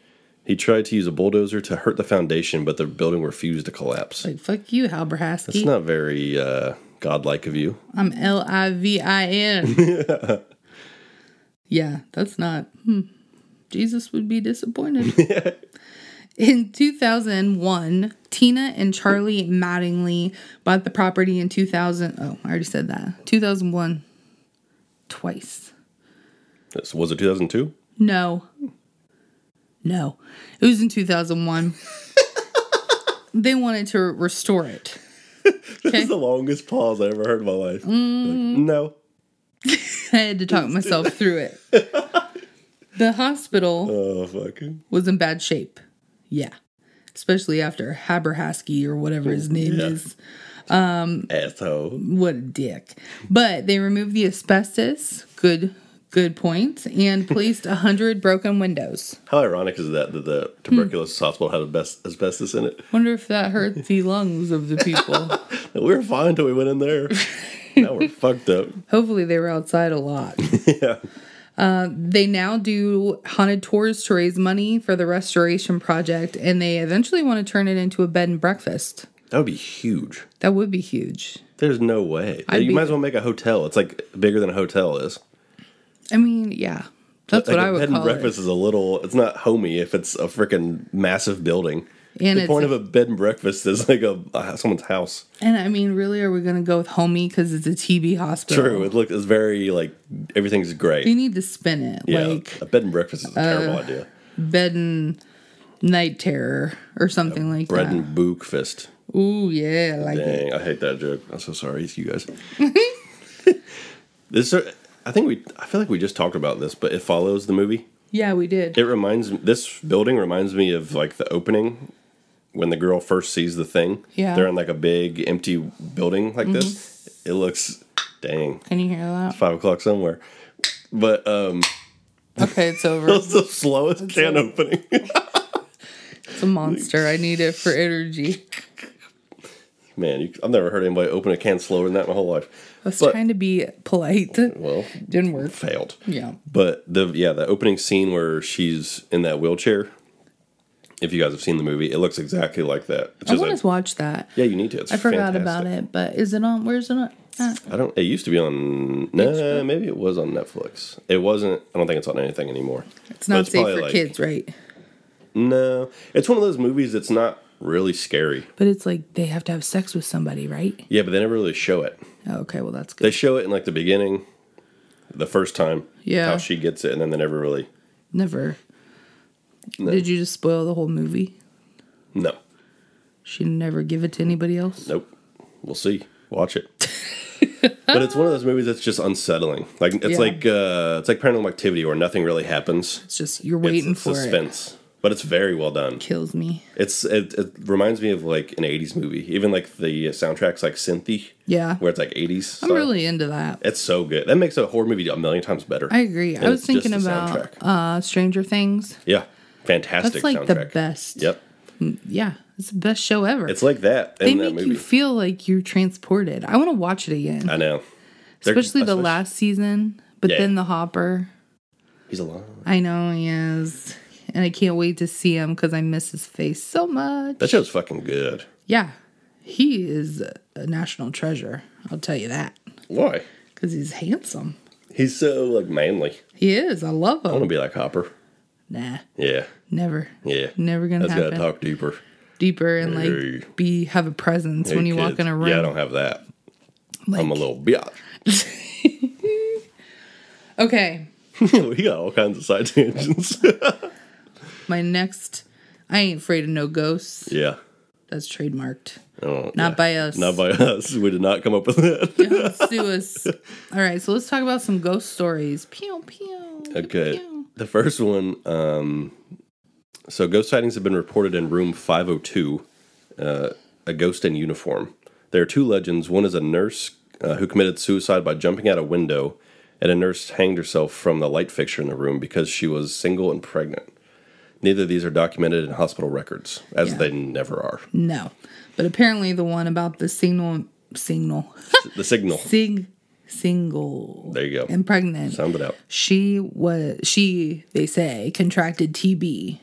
He tried to use a bulldozer to hurt the foundation, but the building refused to collapse.
Like, fuck you, Halber Haskey.
It's not very uh, godlike of you.
I'm L I V I N. yeah, that's not. Hmm. Jesus would be disappointed. in 2001, Tina and Charlie Mattingly bought the property in 2000. Oh, I already said that. 2001. Twice.
This- Was it 2002?
No. No. It was in 2001. they wanted to restore it.
This
Okay. Mm.
is the longest pause I ever heard in my life. Like, no.
I had to talk myself through it. The hospital
Oh, fucking.
was in bad shape. Yeah. Especially after Haberhasky or whatever his name
Yeah.
is.
Asshole.
What a dick. But they removed the asbestos. Good good point. And placed a hundred broken windows.
How ironic is that that the
Hmm.
tuberculosis hospital had asbest- asbestos in it?
Wonder if that hurt the lungs of the people.
We were fine until we went in there. now we're fucked up.
Hopefully they were outside a lot. Uh,
Yeah.
they now do haunted tours to raise money for the restoration project and they eventually want to turn it into a bed and breakfast.
That would be huge.
That would be huge.
There's no way.
I'd
you
be-
might as well make a hotel. It's like bigger than a hotel is.
I mean, yeah. That's
like
what
a
I would
bed and
call it.
breakfast is a little. It's not homey if it's a freaking massive building.
And
the
it's
point
a-
of a bed and breakfast is like a, a- someone's house.
And I mean, really, are we going to go with homie because it's a TB hospital?
True. It looked. It's very like everything's
You
great.
need to spin it
Yeah.
like uh,
a bed and breakfast is a terrible idea.
bed and night terror or something like
Bread
that.
and book fist.
Ooh, yeah, I like it.
Dang, I hate that joke. I'm so sorry, you guys. this, uh, I think we, I feel like we just talked about this, but it follows the movie.
Yeah, we did.
It reminds me. This building reminds me of like the opening when the girl first sees the thing.
Yeah. Mm-hmm.
they're in like a big empty building like this. It looks, dang,
Can you hear that?
five o'clock somewhere. But um,
Okay, it's over.
it's the slowest can opening.
It's a monster. I need it for energy.
Man, you, I've never heard anybody open a can slower than that in my whole life.
I was
But-
trying to be polite.
Well,
Didn't work.
failed.
Yeah.
But the yeah, the opening scene where she's in that wheelchair. If you guys have seen the movie, it looks exactly like that. It's
I
just
want
like-
to watch that.
yeah, you need to. It's
I forgot about it, but is it on? Where's it on? Ah,
I don't. It used to be on. Nah, maybe it was on Netflix. It wasn't. I don't think it's on anything anymore.
it's
But
not safe
probably
for
like-
kids, right?
No, it's one of those movies that's not really scary.
But it's like they have to have sex with somebody, right? Oh,
Yeah, but they never really show it.
Okay, well, that's
They
good.
show it in like the beginning, the first time.
Yeah.
How she gets it, and then they never really.
Never. Did you just spoil the whole movie?
No.
She never give it to anybody else.
Nope. We'll see. Watch it. but it's one of those movies that's just unsettling. Like it's
Yeah.
like uh it's like paranormal activity where nothing really happens.
It's just you're
It's
waiting for it.
suspense. But it's very well done.
Kills me.
It's it, it reminds me of like an 80s movie. Even like the uh, soundtrack's like synthy.
Yeah.
Where it's like 80s.
I'm
style.
really into that.
It's so good. That makes a horror movie a million times better.
I agree.
And
I was
it's just
thinking
the
about
soundtrack.
uh Stranger Things.
yeah.
That's
Fantastic
like the
soundtrack.
best.
Yep.
Yeah, it's the best show ever.
It's like that
they
in that
make
movie.
you feel like you're transported. I want to watch it again,
I know. They're-
especially the last season. But
Yeah.
then the Hopper.
He's alive.
I know he is, and I can't wait to see him because I miss his face so much.
That show's fucking good.
Yeah, he is a national treasure. I'll tell you that
Why?
because he's handsome.
He's so like manly.
He is. I love
I
him.
want to be like Hopper.
Nah,
Yeah,
never.
yeah.
Never gonna
That's gotta
happen.
talk deeper.
Deeper and
Hey.
like be have a presence when
Hey,
you walk
kids.
in a room.
Yeah, I don't have that. I'm a
Like-
little biatch.
Okay,
we got all kinds of side tangents.
my next. I ain't afraid of no ghosts.
yeah.
That's trademarked.
Oh,
Not
yeah.
by us.
Not by us. We did not come up with that.
Sue us. All right, so let's talk about some ghost stories. Pew pew.
Okay. The first one, um, so ghost sightings have been reported in room 502, uh, a ghost in uniform. There are two legends. One is a nurse uh, who committed suicide by jumping out a window, and a nurse hanged herself from the light fixture in the room because she was single and pregnant. Neither of these are documented in hospital records, as they never are.
No. But apparently the one about the signal signal
The signal.
sig single
There you go.
and pregnant.
Sound it out.
she was she they say contracted TB.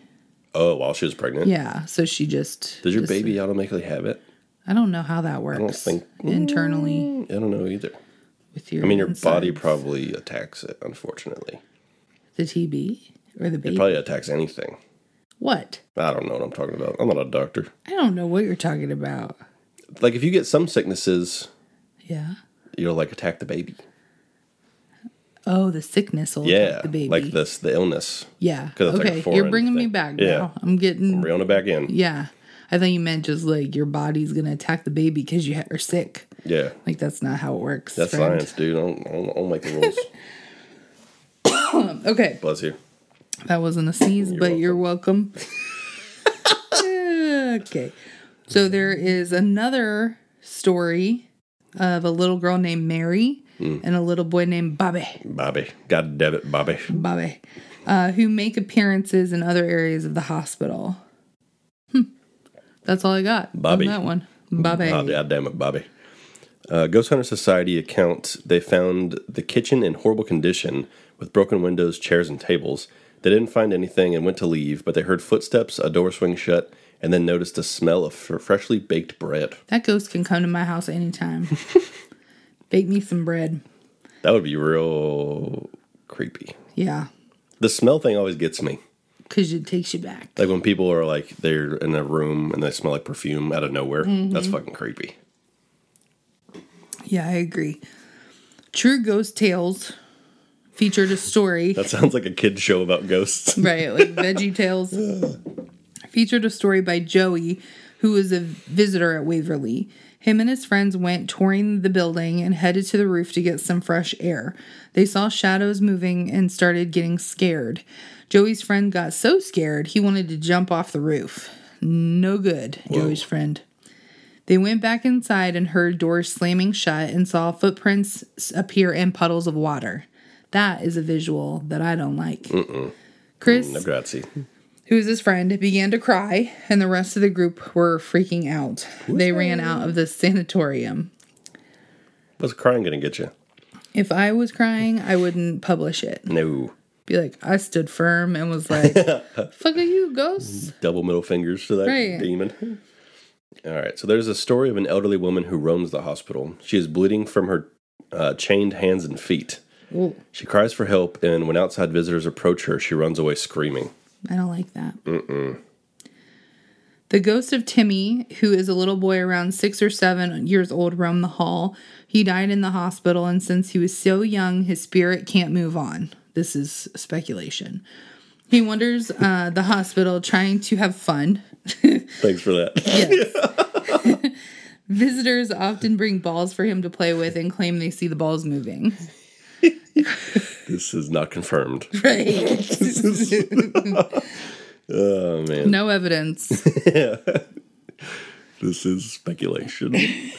Oh, while she was pregnant.
Yeah, so she just
Does your
just-
baby automatically have it?
I don't know how that works.
think-
internally
I don't know either.
with your
I mean, your
insides.
body probably attacks it, unfortunately.
the TB or the baby.
Probably attacks anything.
what?
I don't know what I'm talking about. I'm not a doctor.
I don't know what you're talking about.
Like, if you get some sicknesses,
Yeah.
you'll like attack the baby.
Oh, the sickness will
yeah.
attack the baby.
Like this, the illness.
yeah.
'cause it's like a
Okay, you're
foreign
bringing me
thing.
back
Yeah.
now. I'm getting
Reeling it back in.
Yeah. I thought you meant just like your body's going to attack the baby because you ha- are sick.
Yeah.
Like, that's not how it works.
That's
friend.
science, dude. I don't, I don't, I don't make the rules.
Okay.
Bless you.
That wasn't a sneeze, but you're welcome. okay. So there is another story of a little girl named Mary and a little boy named Bobby.
Bobby. God damn it, Bobby.
Bobby. Uh, who make appearances in other areas of the hospital. Hmm. That's all I got. on
Bobby.
that one. Bobby.
Oh, God damn it, Bobby. Uh, Ghost Hunter Society account they found the kitchen in horrible condition with broken windows, chairs, and tables. They didn't find anything and went to leave, but they heard footsteps, a door swing shut, and then noticed the smell of fr- freshly baked bread.
That ghost can come to my house anytime. Bake me some bread.
That would be real creepy.
Yeah.
The smell thing always gets me.
Because it takes you back.
Like when people are like they're in a room and they smell like perfume out of nowhere. That's fucking creepy.
Yeah, I agree. True Ghost Tales featured a story,
That sounds like a kid show about ghosts.
right? Like Veggie Tales featured a story by Joey, who was a visitor at Waverly. Him and his friends went touring the building and headed to the roof to get some fresh air. They saw shadows moving and started getting scared. Joey's friend got so scared he wanted to jump off the roof. No good, Joey's friend. They went back inside and heard doors slamming shut and saw footprints s- appear in puddles of water. That is a visual that I don't like. Chris
Never got to see.
who was his friend, began to cry, and the rest of the group were freaking out. They ran out of the sanatorium.
What's crying gonna get you?
If I was crying, I wouldn't publish it.
No.
Be like, I stood firm and was like, fuck are you, ghosts?
double middle fingers to that
Right.
demon. All right, so there's a story of an elderly woman who roams the hospital. She is bleeding from her uh, chained hands and feet.
Well,
She cries for help, and when outside visitors approach her, she runs away screaming.
I don't like that. The ghost of Timmy, who is a little boy around six or seven years old, roamed the hall. He died in the hospital, and since he was so young, his spirit can't move on. This is speculation. He wanders uh, the hospital trying to have fun.
Thanks for that.
Visitors often bring balls for him to play with and claim they see the balls moving.
this is not confirmed.
Right.
Oh man,
no evidence.
this is speculation. uh,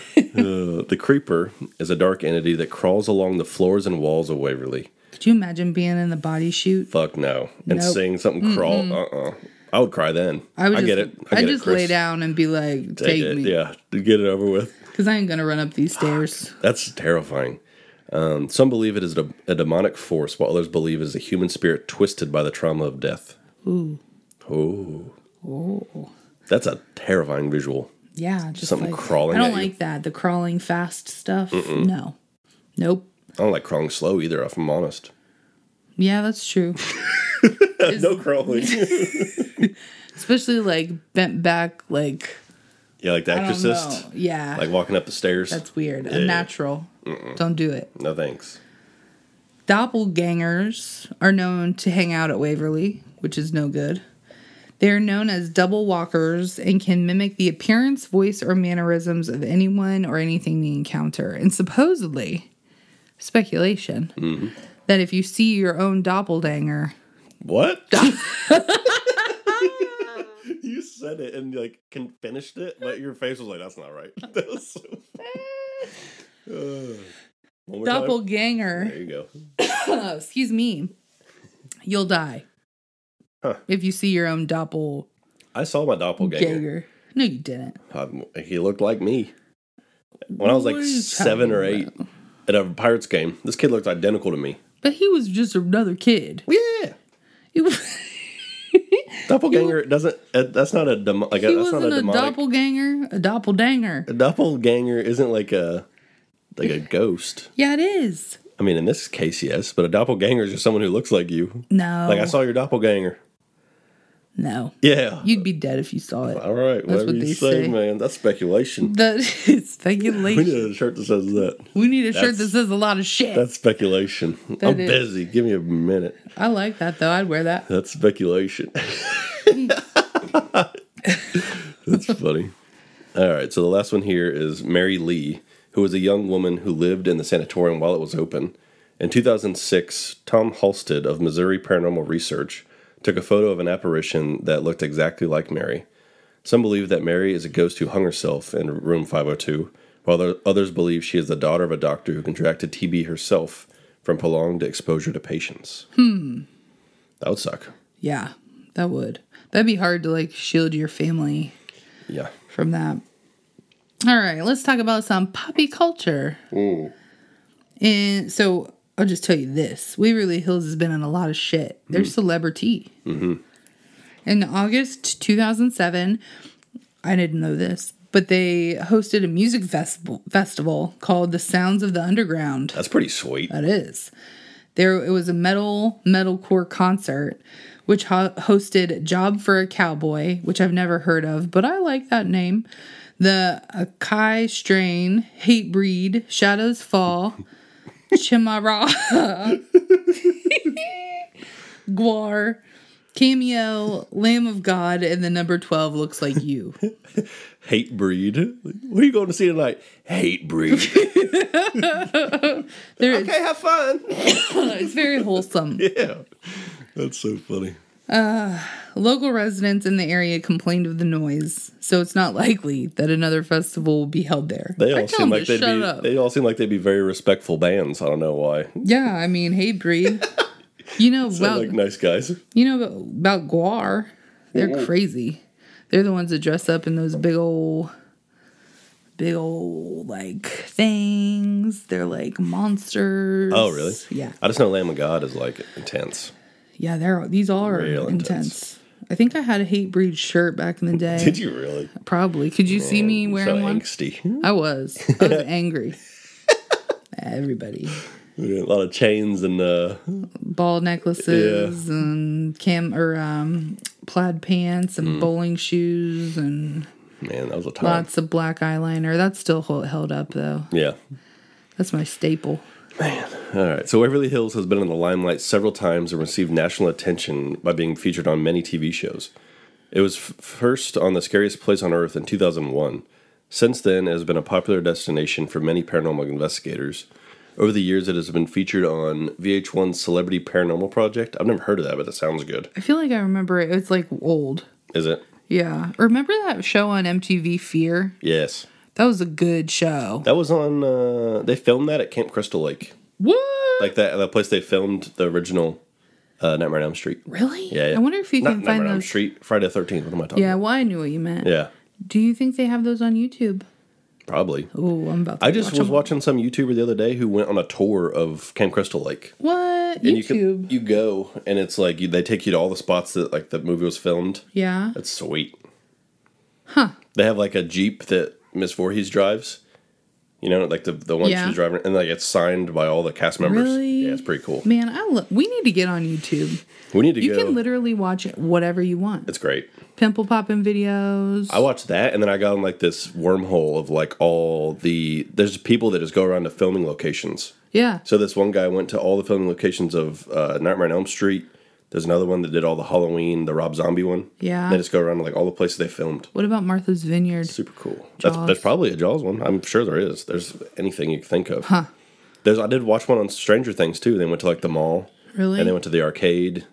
the creeper is a dark entity that crawls along the floors and walls of Waverly.
Could you imagine being in the body shoot?
Fuck no, and
Nope.
seeing something crawl. Uh uh I would cry then.
I would just,
get it.
I
get it,
just
Chris.
lay down and be like,
Take
take,
it,
me.
yeah, to get it over with.
Because I ain't going to run up these stairs.
That's terrifying. Um, some believe it is a, a demonic force, while others believe it is a human spirit twisted by the trauma of death. Ooh. Ooh.
Oh.
That's a terrifying visual.
Yeah, just
Something
like,
crawling
I don't
at you.
like that. The crawling fast stuff. No. Nope.
I don't like crawling slow either, if I'm honest.
Yeah, that's true.
No crawling.
Especially like bent back, like
yeah, like the
I don't
exorcist.
know. Yeah,
Like walking up the stairs.
that's weird. Unnatural. Don't do it.
no thanks.
Doppelgangers are known to hang out at Waverly, which is no good. They are known as double walkers and can mimic the appearance, voice, or mannerisms of
Mm-hmm.
anyone or anything they encounter. And supposedly, speculation, that if you see your own doppelganger,
What? you said it and like can finished it, but your face was like, "That's not right." That was so. Uh, one more time. There
doppelganger,
you go.
excuse me, you'll die
Huh.
if you see your own doppelganger.
I saw my doppelganger.
No, you didn't.
Um, he looked like me when I was
What
like
are you
seven or
talking
eight at a Pirates game. This kid looked identical to me.
But he was just another kid.
Yeah,
He was-
doppelganger doesn't. Uh, that's not a demo, like
he
that's not
wasn't
a
a,
demonic.
doppelganger, a doppelganger.
a doppelganger isn't like a like a ghost.
Yeah, it is.
I mean, in this case, yes, but a doppelganger is just someone who looks like you.
No.
Like I saw your doppelganger.
No.
Yeah.
You'd be dead if you saw it.
All right, whatever
what
you
they
say,
say.
man. That's speculation.
That is
We
speculation.
need a shirt that says that.
We need a shirt that
That's-
says a lot of shit.
That's speculation.
That
I'm
is-
busy. Give me a minute.
I like that though. I'd wear that.
That's speculation. That's funny. All right, so the last one here is Mary Lee, who was a young woman who lived in the sanatorium while it was open. In 2006, Tom Halstead of Missouri Paranormal Research took a photo of an apparition that looked exactly like Mary. Some believe that Mary is a ghost who hung herself in room 502, while the- others believe she is the daughter of a doctor who contracted TB herself from prolonged exposure to patients. Hmm. That would suck.
Yeah, that would. That'd be hard to like shield your family
Yeah.
from that. All right, let's talk about some poppy culture. And so I'll just tell you this Waverly Hills has been in a lot of shit. They're celebrity. In August 2007, I didn't know this, but they hosted a music festival, festival called The Sounds of the Underground.
That's pretty sweet.
That is. There it was a metal metalcore concert which ho- hosted Job for a Cowboy, which I've never heard of, but I like that name. The Akai Strain, Hate Breed, Shadows Fall, Chimara, Guar, Cameo, Lamb of God, and the number 12 looks like you.
Hate breed. What are you going to see tonight? Hate breed.
There,
okay, have fun.
It's very wholesome.
Yeah. That's so funny.
Local residents in the area complained of the noise, so it's not likely that another festival will be held there.
They
I
all
tell
seem
them
like
to
they'd
shut
be
up.
they all seem like they'd be very respectful bands. I don't know why.
yeah, I mean, hey Bree, you know
They're
about
like nice guys.
you know about Guar? They're crazy. They're the ones that dress up in those big old, big old like things. They're like monsters.
Oh really?
Yeah,
I just know Lamb of God is like intense.
yeah. They're these are
Real
intense.
intense.
I think I had a hate breed shirt back in the day.
Did you Oh, really?
Probably. Could you see me wearing
so
one?
angsty.
I was. I was angry. Everybody.
Yeah, A lot of chains and uh
Ball necklaces and cam or um, plaid pants
Mm.
and bowling shoes and
man, that was a time.
lots of black eyeliner. That's still hol- held up though.
Yeah.
That's my staple.
All right. So Waverly Hills has been in the limelight several times and received national attention by being featured on many TV shows. It was f- first on The Scariest Place on Earth in 2001. Since then, it has been a popular destination for many paranormal investigators. Over the years, it has been featured on VH1's Celebrity Paranormal Project. I've never heard of that, but that sounds good.
I feel like I remember it. It's like old.
Is it?
Yeah. Remember that show on MTV Fear?
Yes.
That was a good show.
That was on. Uh, they filmed that at Camp Crystal Lake,
What?
like that that place they filmed the original uh, Nightmare on Elm Street.
really?
Yeah, yeah.
I wonder if you
Not
can
Nightmare
find
on Elm
those.
Street, Friday the Thirteenth. What am I talking?
Yeah, well, I knew what you meant.
about? Yeah.
Do you think they have those on YouTube?
Probably.
Oh, I'm about to
I just
watch
was
them.
watching some YouTuber the other day who went on a tour of Camp Crystal Lake.
What? YouTube.
And You, could, you go and it's like you, they take you to all the spots that like the movie was filmed.
yeah.
That's sweet. Huh. They have like a Jeep that Miss Voorhees drives. You know, like the the one
Yeah.
she was driving, and like it's signed by all the cast members.
Really?
Yeah, it's pretty cool.
Man, I lo- we need to get on YouTube.
We need to
You
go.
can literally watch whatever you want.
it's great.
Pimple popping videos.
I watched that, and then I got on like this wormhole of like all the there's people that just go around to filming locations.
yeah.
So this one guy went to all the filming locations of uh, Nightmare on Elm Street. There's another one that did all the Halloween, the Rob Zombie one.
Yeah.
They just go around to like all the places they filmed.
What about Martha's Vineyard?
Super cool. That's
Jaws.
there's probably a Jaws one. I'm sure there is. There's anything you can think of. Huh. There's I did watch one on Stranger Things too. They went to like the mall
Really?
and they went to the arcade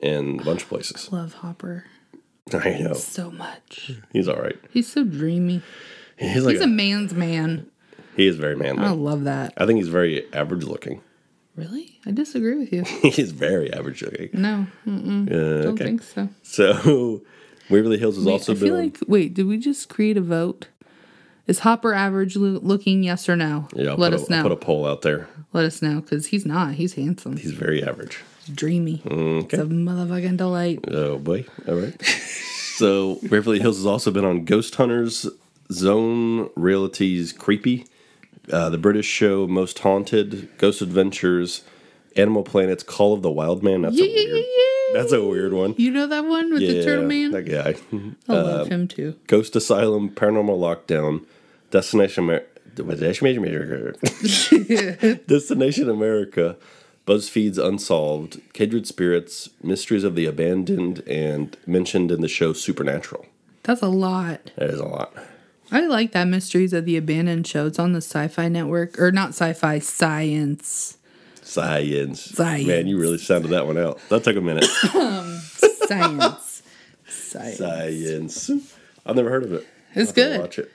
and a bunch of places.
Love Hopper
I know
so much.
he's all right.
He's so dreamy.
He's like
He's
a-
a Oh. man's man.
he is very
I
manly.
love that.
I think he's very average looking.
Really? I disagree with you.
he's very average looking.
No, mm-mm,
Uh,
Mm-hmm. don't
okay,
think so.
so Waverly Hills has
Wait,
also
I feel
been.
like wait, did we just create a vote? Is Hopper average lo- looking? Yes or no?
yeah, I'll
Let
put
us
a, I'll
know.
put a poll out there.
Let us know because he's not. He's handsome.
He's very average.
He's dreamy.
Mm.
It's a motherfucking delight.
Oh boy! All right. so Beverly Hills has also been on Ghost Hunters, Zone Reality's Creepy, uh, the British show Most Haunted, Ghost Adventures, Animal Planet's Call of the Wild Man. That's
Yeah,
a
yeah, yeah,
weird.
yeah.
That's a weird one.
You know that one with the turtle man?
that guy.
I love him too.
Ghost Asylum, Paranormal Lockdown, Destination Amer- Destination America, Destination America, BuzzFeed's Unsolved, Kindred Spirits, Mysteries of the Abandoned, and mentioned in the show Supernatural.
That's a lot.
That is a lot.
I like that Mysteries of the Abandoned show. It's on the Sci Fi Network, or not Sci Fi, Science.
Science.
Science.
Man, you really sounded that one out. That took a minute.
Science. Science.
Science. I've never heard of it.
It's
I'll have to
good.
Watch it.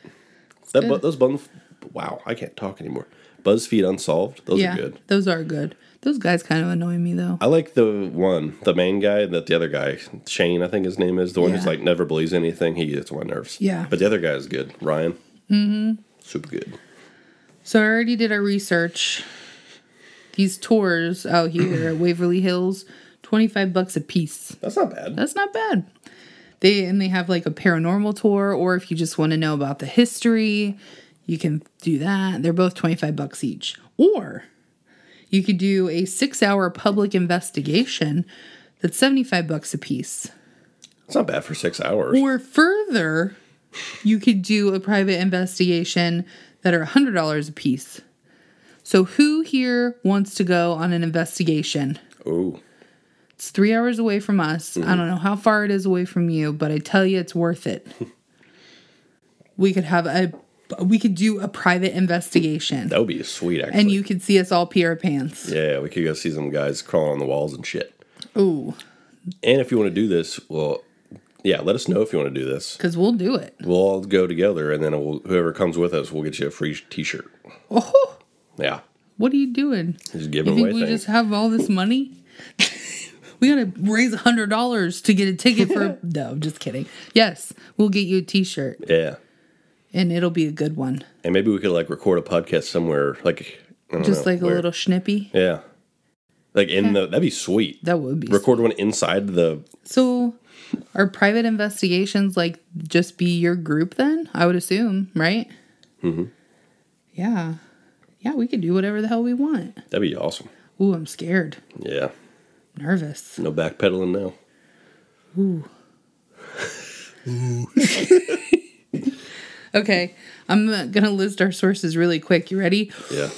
That bu-
good.
those buns. Wow, I can't talk anymore. BuzzFeed Unsolved. Those
yeah,
are good.
those are good. Those guys kind of annoy me though.
I like the one, the main guy, and that the other guy, Shane, I think his name is, the one who's
Yeah.
like never believes anything. He gets on my nerves.
Yeah.
But the other guy is good, Ryan. Mm-hmm. Super good.
So I already did our research. These tours out here at Waverly Hills, twenty five bucks a piece.
That's not bad.
That's not bad. They and they have like a paranormal tour, or if you just want to know about the history, you can do that. They're both twenty five bucks each. Or you could do a six hour public investigation that's seventy five bucks a piece.
It's not bad for six hours.
Or further, you could do a private investigation that are $100 a piece. So, who here wants to go on an investigation?
Oh,
It's three hours away from us. I
Mm-hmm.
don't know how far it is away from you, but I tell you, it's worth it. we could have a, we could do a private investigation,
that would be sweet, actually.
and you could see us all pee our pants.
yeah, we could go see some guys crawling on the walls and shit.
Ooh,
And if you want to do this, well, yeah, let us know if you want to do this.
because we'll do it.
We'll all go together, and then we'll, whoever comes with us, we'll get you a free t shirt.
Oh,
Yeah.
what are you doing?
Just
You
giving
think
away
we
things.
just have all this money? we gotta raise a hundred dollars to get a ticket for. no, I'm just kidding. Yes, we'll get you a T-shirt,
yeah.
and it'll be a good one.
And maybe we could like record a podcast somewhere, like, I don't
Just
know,
like a
where-
little schnippy.
Yeah. Like in the that'd be sweet.
That would be
Record one inside the
so. Are private investigations like just be your group then? I would assume, right? Mm-hmm. Yeah, yeah, we could do whatever the hell we want.
that'd be awesome.
Ooh, I'm scared,
Yeah.
nervous.
No backpedaling now.
Okay, I'm uh, gonna list our sources really quick. You ready?
Yeah.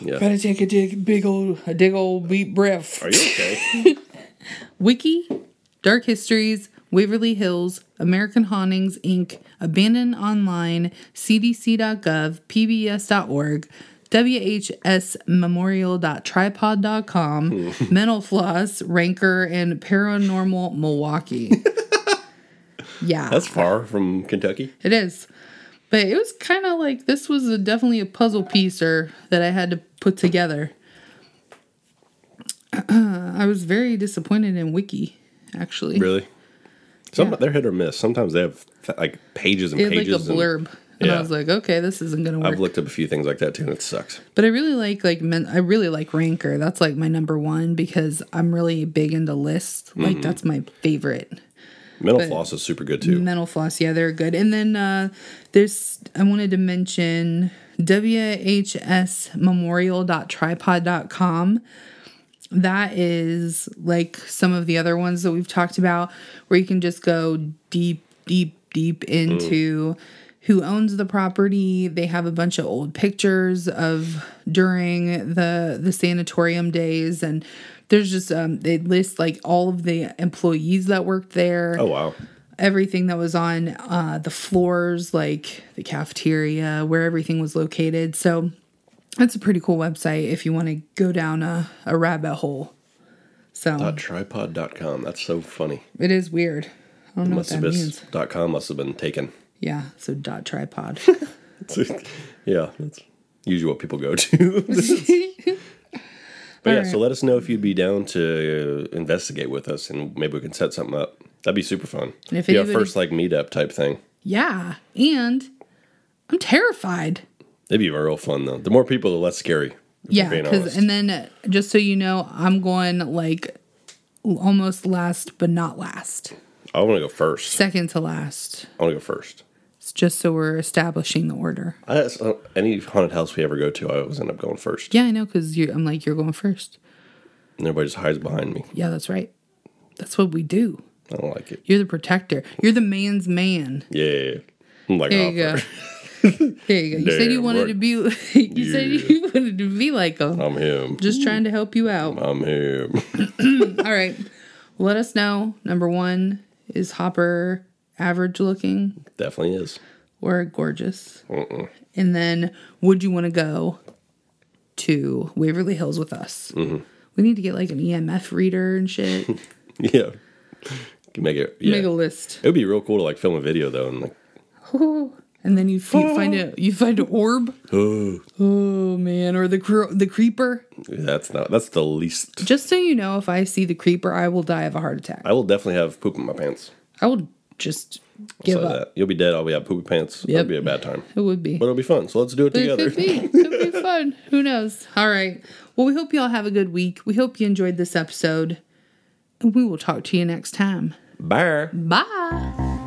Yeah.
Gotta take a dig, big old, a dig old deep breath.
Are you okay?
Wiki, Dark Histories, Waverly Hills, American Hauntings Inc., Abandoned Online, CDC.gov, PBS.org, WHSMemorial.tripod.com, Mental Floss, Ranker, and Paranormal Milwaukee. yeah.
That's far from Kentucky.
It is. But it was kind of like this was a, definitely a puzzle piece or that I had to put together. I was very disappointed in Wiki, actually.
Really? Some they're hit or miss. Sometimes they have like pages and
It had like
pages.
a
and-
blurb. And
yeah.
I was like, okay, this isn't gonna work.
I've looked up a few things like that too, and it sucks.
but I really like like men, I really like Ranker. That's like my number one because I'm really big into lists. Like
Mm-hmm.
that's my favorite.
Mental floss is super good too.
Mental floss, yeah, they're good. And then uh, there's I wanted to mention whsmemorial.tripod.com. That is like some of the other ones that we've talked about, where you can just go deep, deep, deep into
Mm.
who owns the property. They have a bunch of old pictures of during the the sanatorium days, and there's just um, they list like all of the employees that worked there
Oh wow.
everything that was on uh, the floors, like the cafeteria, where everything was located. So That's a pretty cool website if you want to go down a, a rabbit hole. So
Dot tripod.com. That's so funny.
it is weird. I don't know what
Must
that
have
means.
been, dot com must have been taken.
Yeah, so dot tripod.
yeah, that's usually what people go to. but yeah, so let us know if you'd be down to uh, investigate with us, and maybe we can set something up. That'd be super fun.
And if
yeah,
anybody-
first like meetup type thing.
yeah, and I'm terrified.
That'd be real fun though. The more people, the less scary. if we're
Yeah,
being
'cause-
honest.
and then uh, just so you know, I'm going like l- almost last, but not last,
I want to go first.
second to last.
I want to go first.
It's just so we're establishing the order.
I, that's- uh, any haunted house we ever go to, I always end up going first.
Yeah, I know, because I'm like you're going first.
And everybody just hides behind me.
Yeah, that's right. That's what we do.
I don't like it.
You're the protector. You're the man's man.
Yeah, I'm like,
There
"Oh,
you go.
first.
There you go. You said you
Damn
wanted
right.
to be. you said
Yeah.
you wanted to be like him.
I'm him.
Just trying to help you out.
I'm him.
All right. Let us know. Number one, is Hopper average looking
Definitely is.
or gorgeous? And then, would you want to go to Waverly Hills with us?
Mm-hmm.
We need to get like an EMF reader and shit.
Yeah. Can make it. Yeah.
Make a list.
it would be real cool to like film a video though, and like,
And then you, f- you find a you find an orb.
oh,
Oh man, or the cre- the creeper.
that's not. That's the least.
Just so you know, if I see the creeper, I will die of a heart attack.
I will definitely have poop in my pants.
I will just give
So
up.
that- you'll be dead. I'll be out poopy pants.
Yep.
It'll be a bad time,
It would be.
but it'll be fun. So let's do it
It
together.
could be. Could be fun. Who knows? All right. Well, we hope you all have a good week. We hope you enjoyed this episode. And we will talk to you next time.
Bye.
Bye.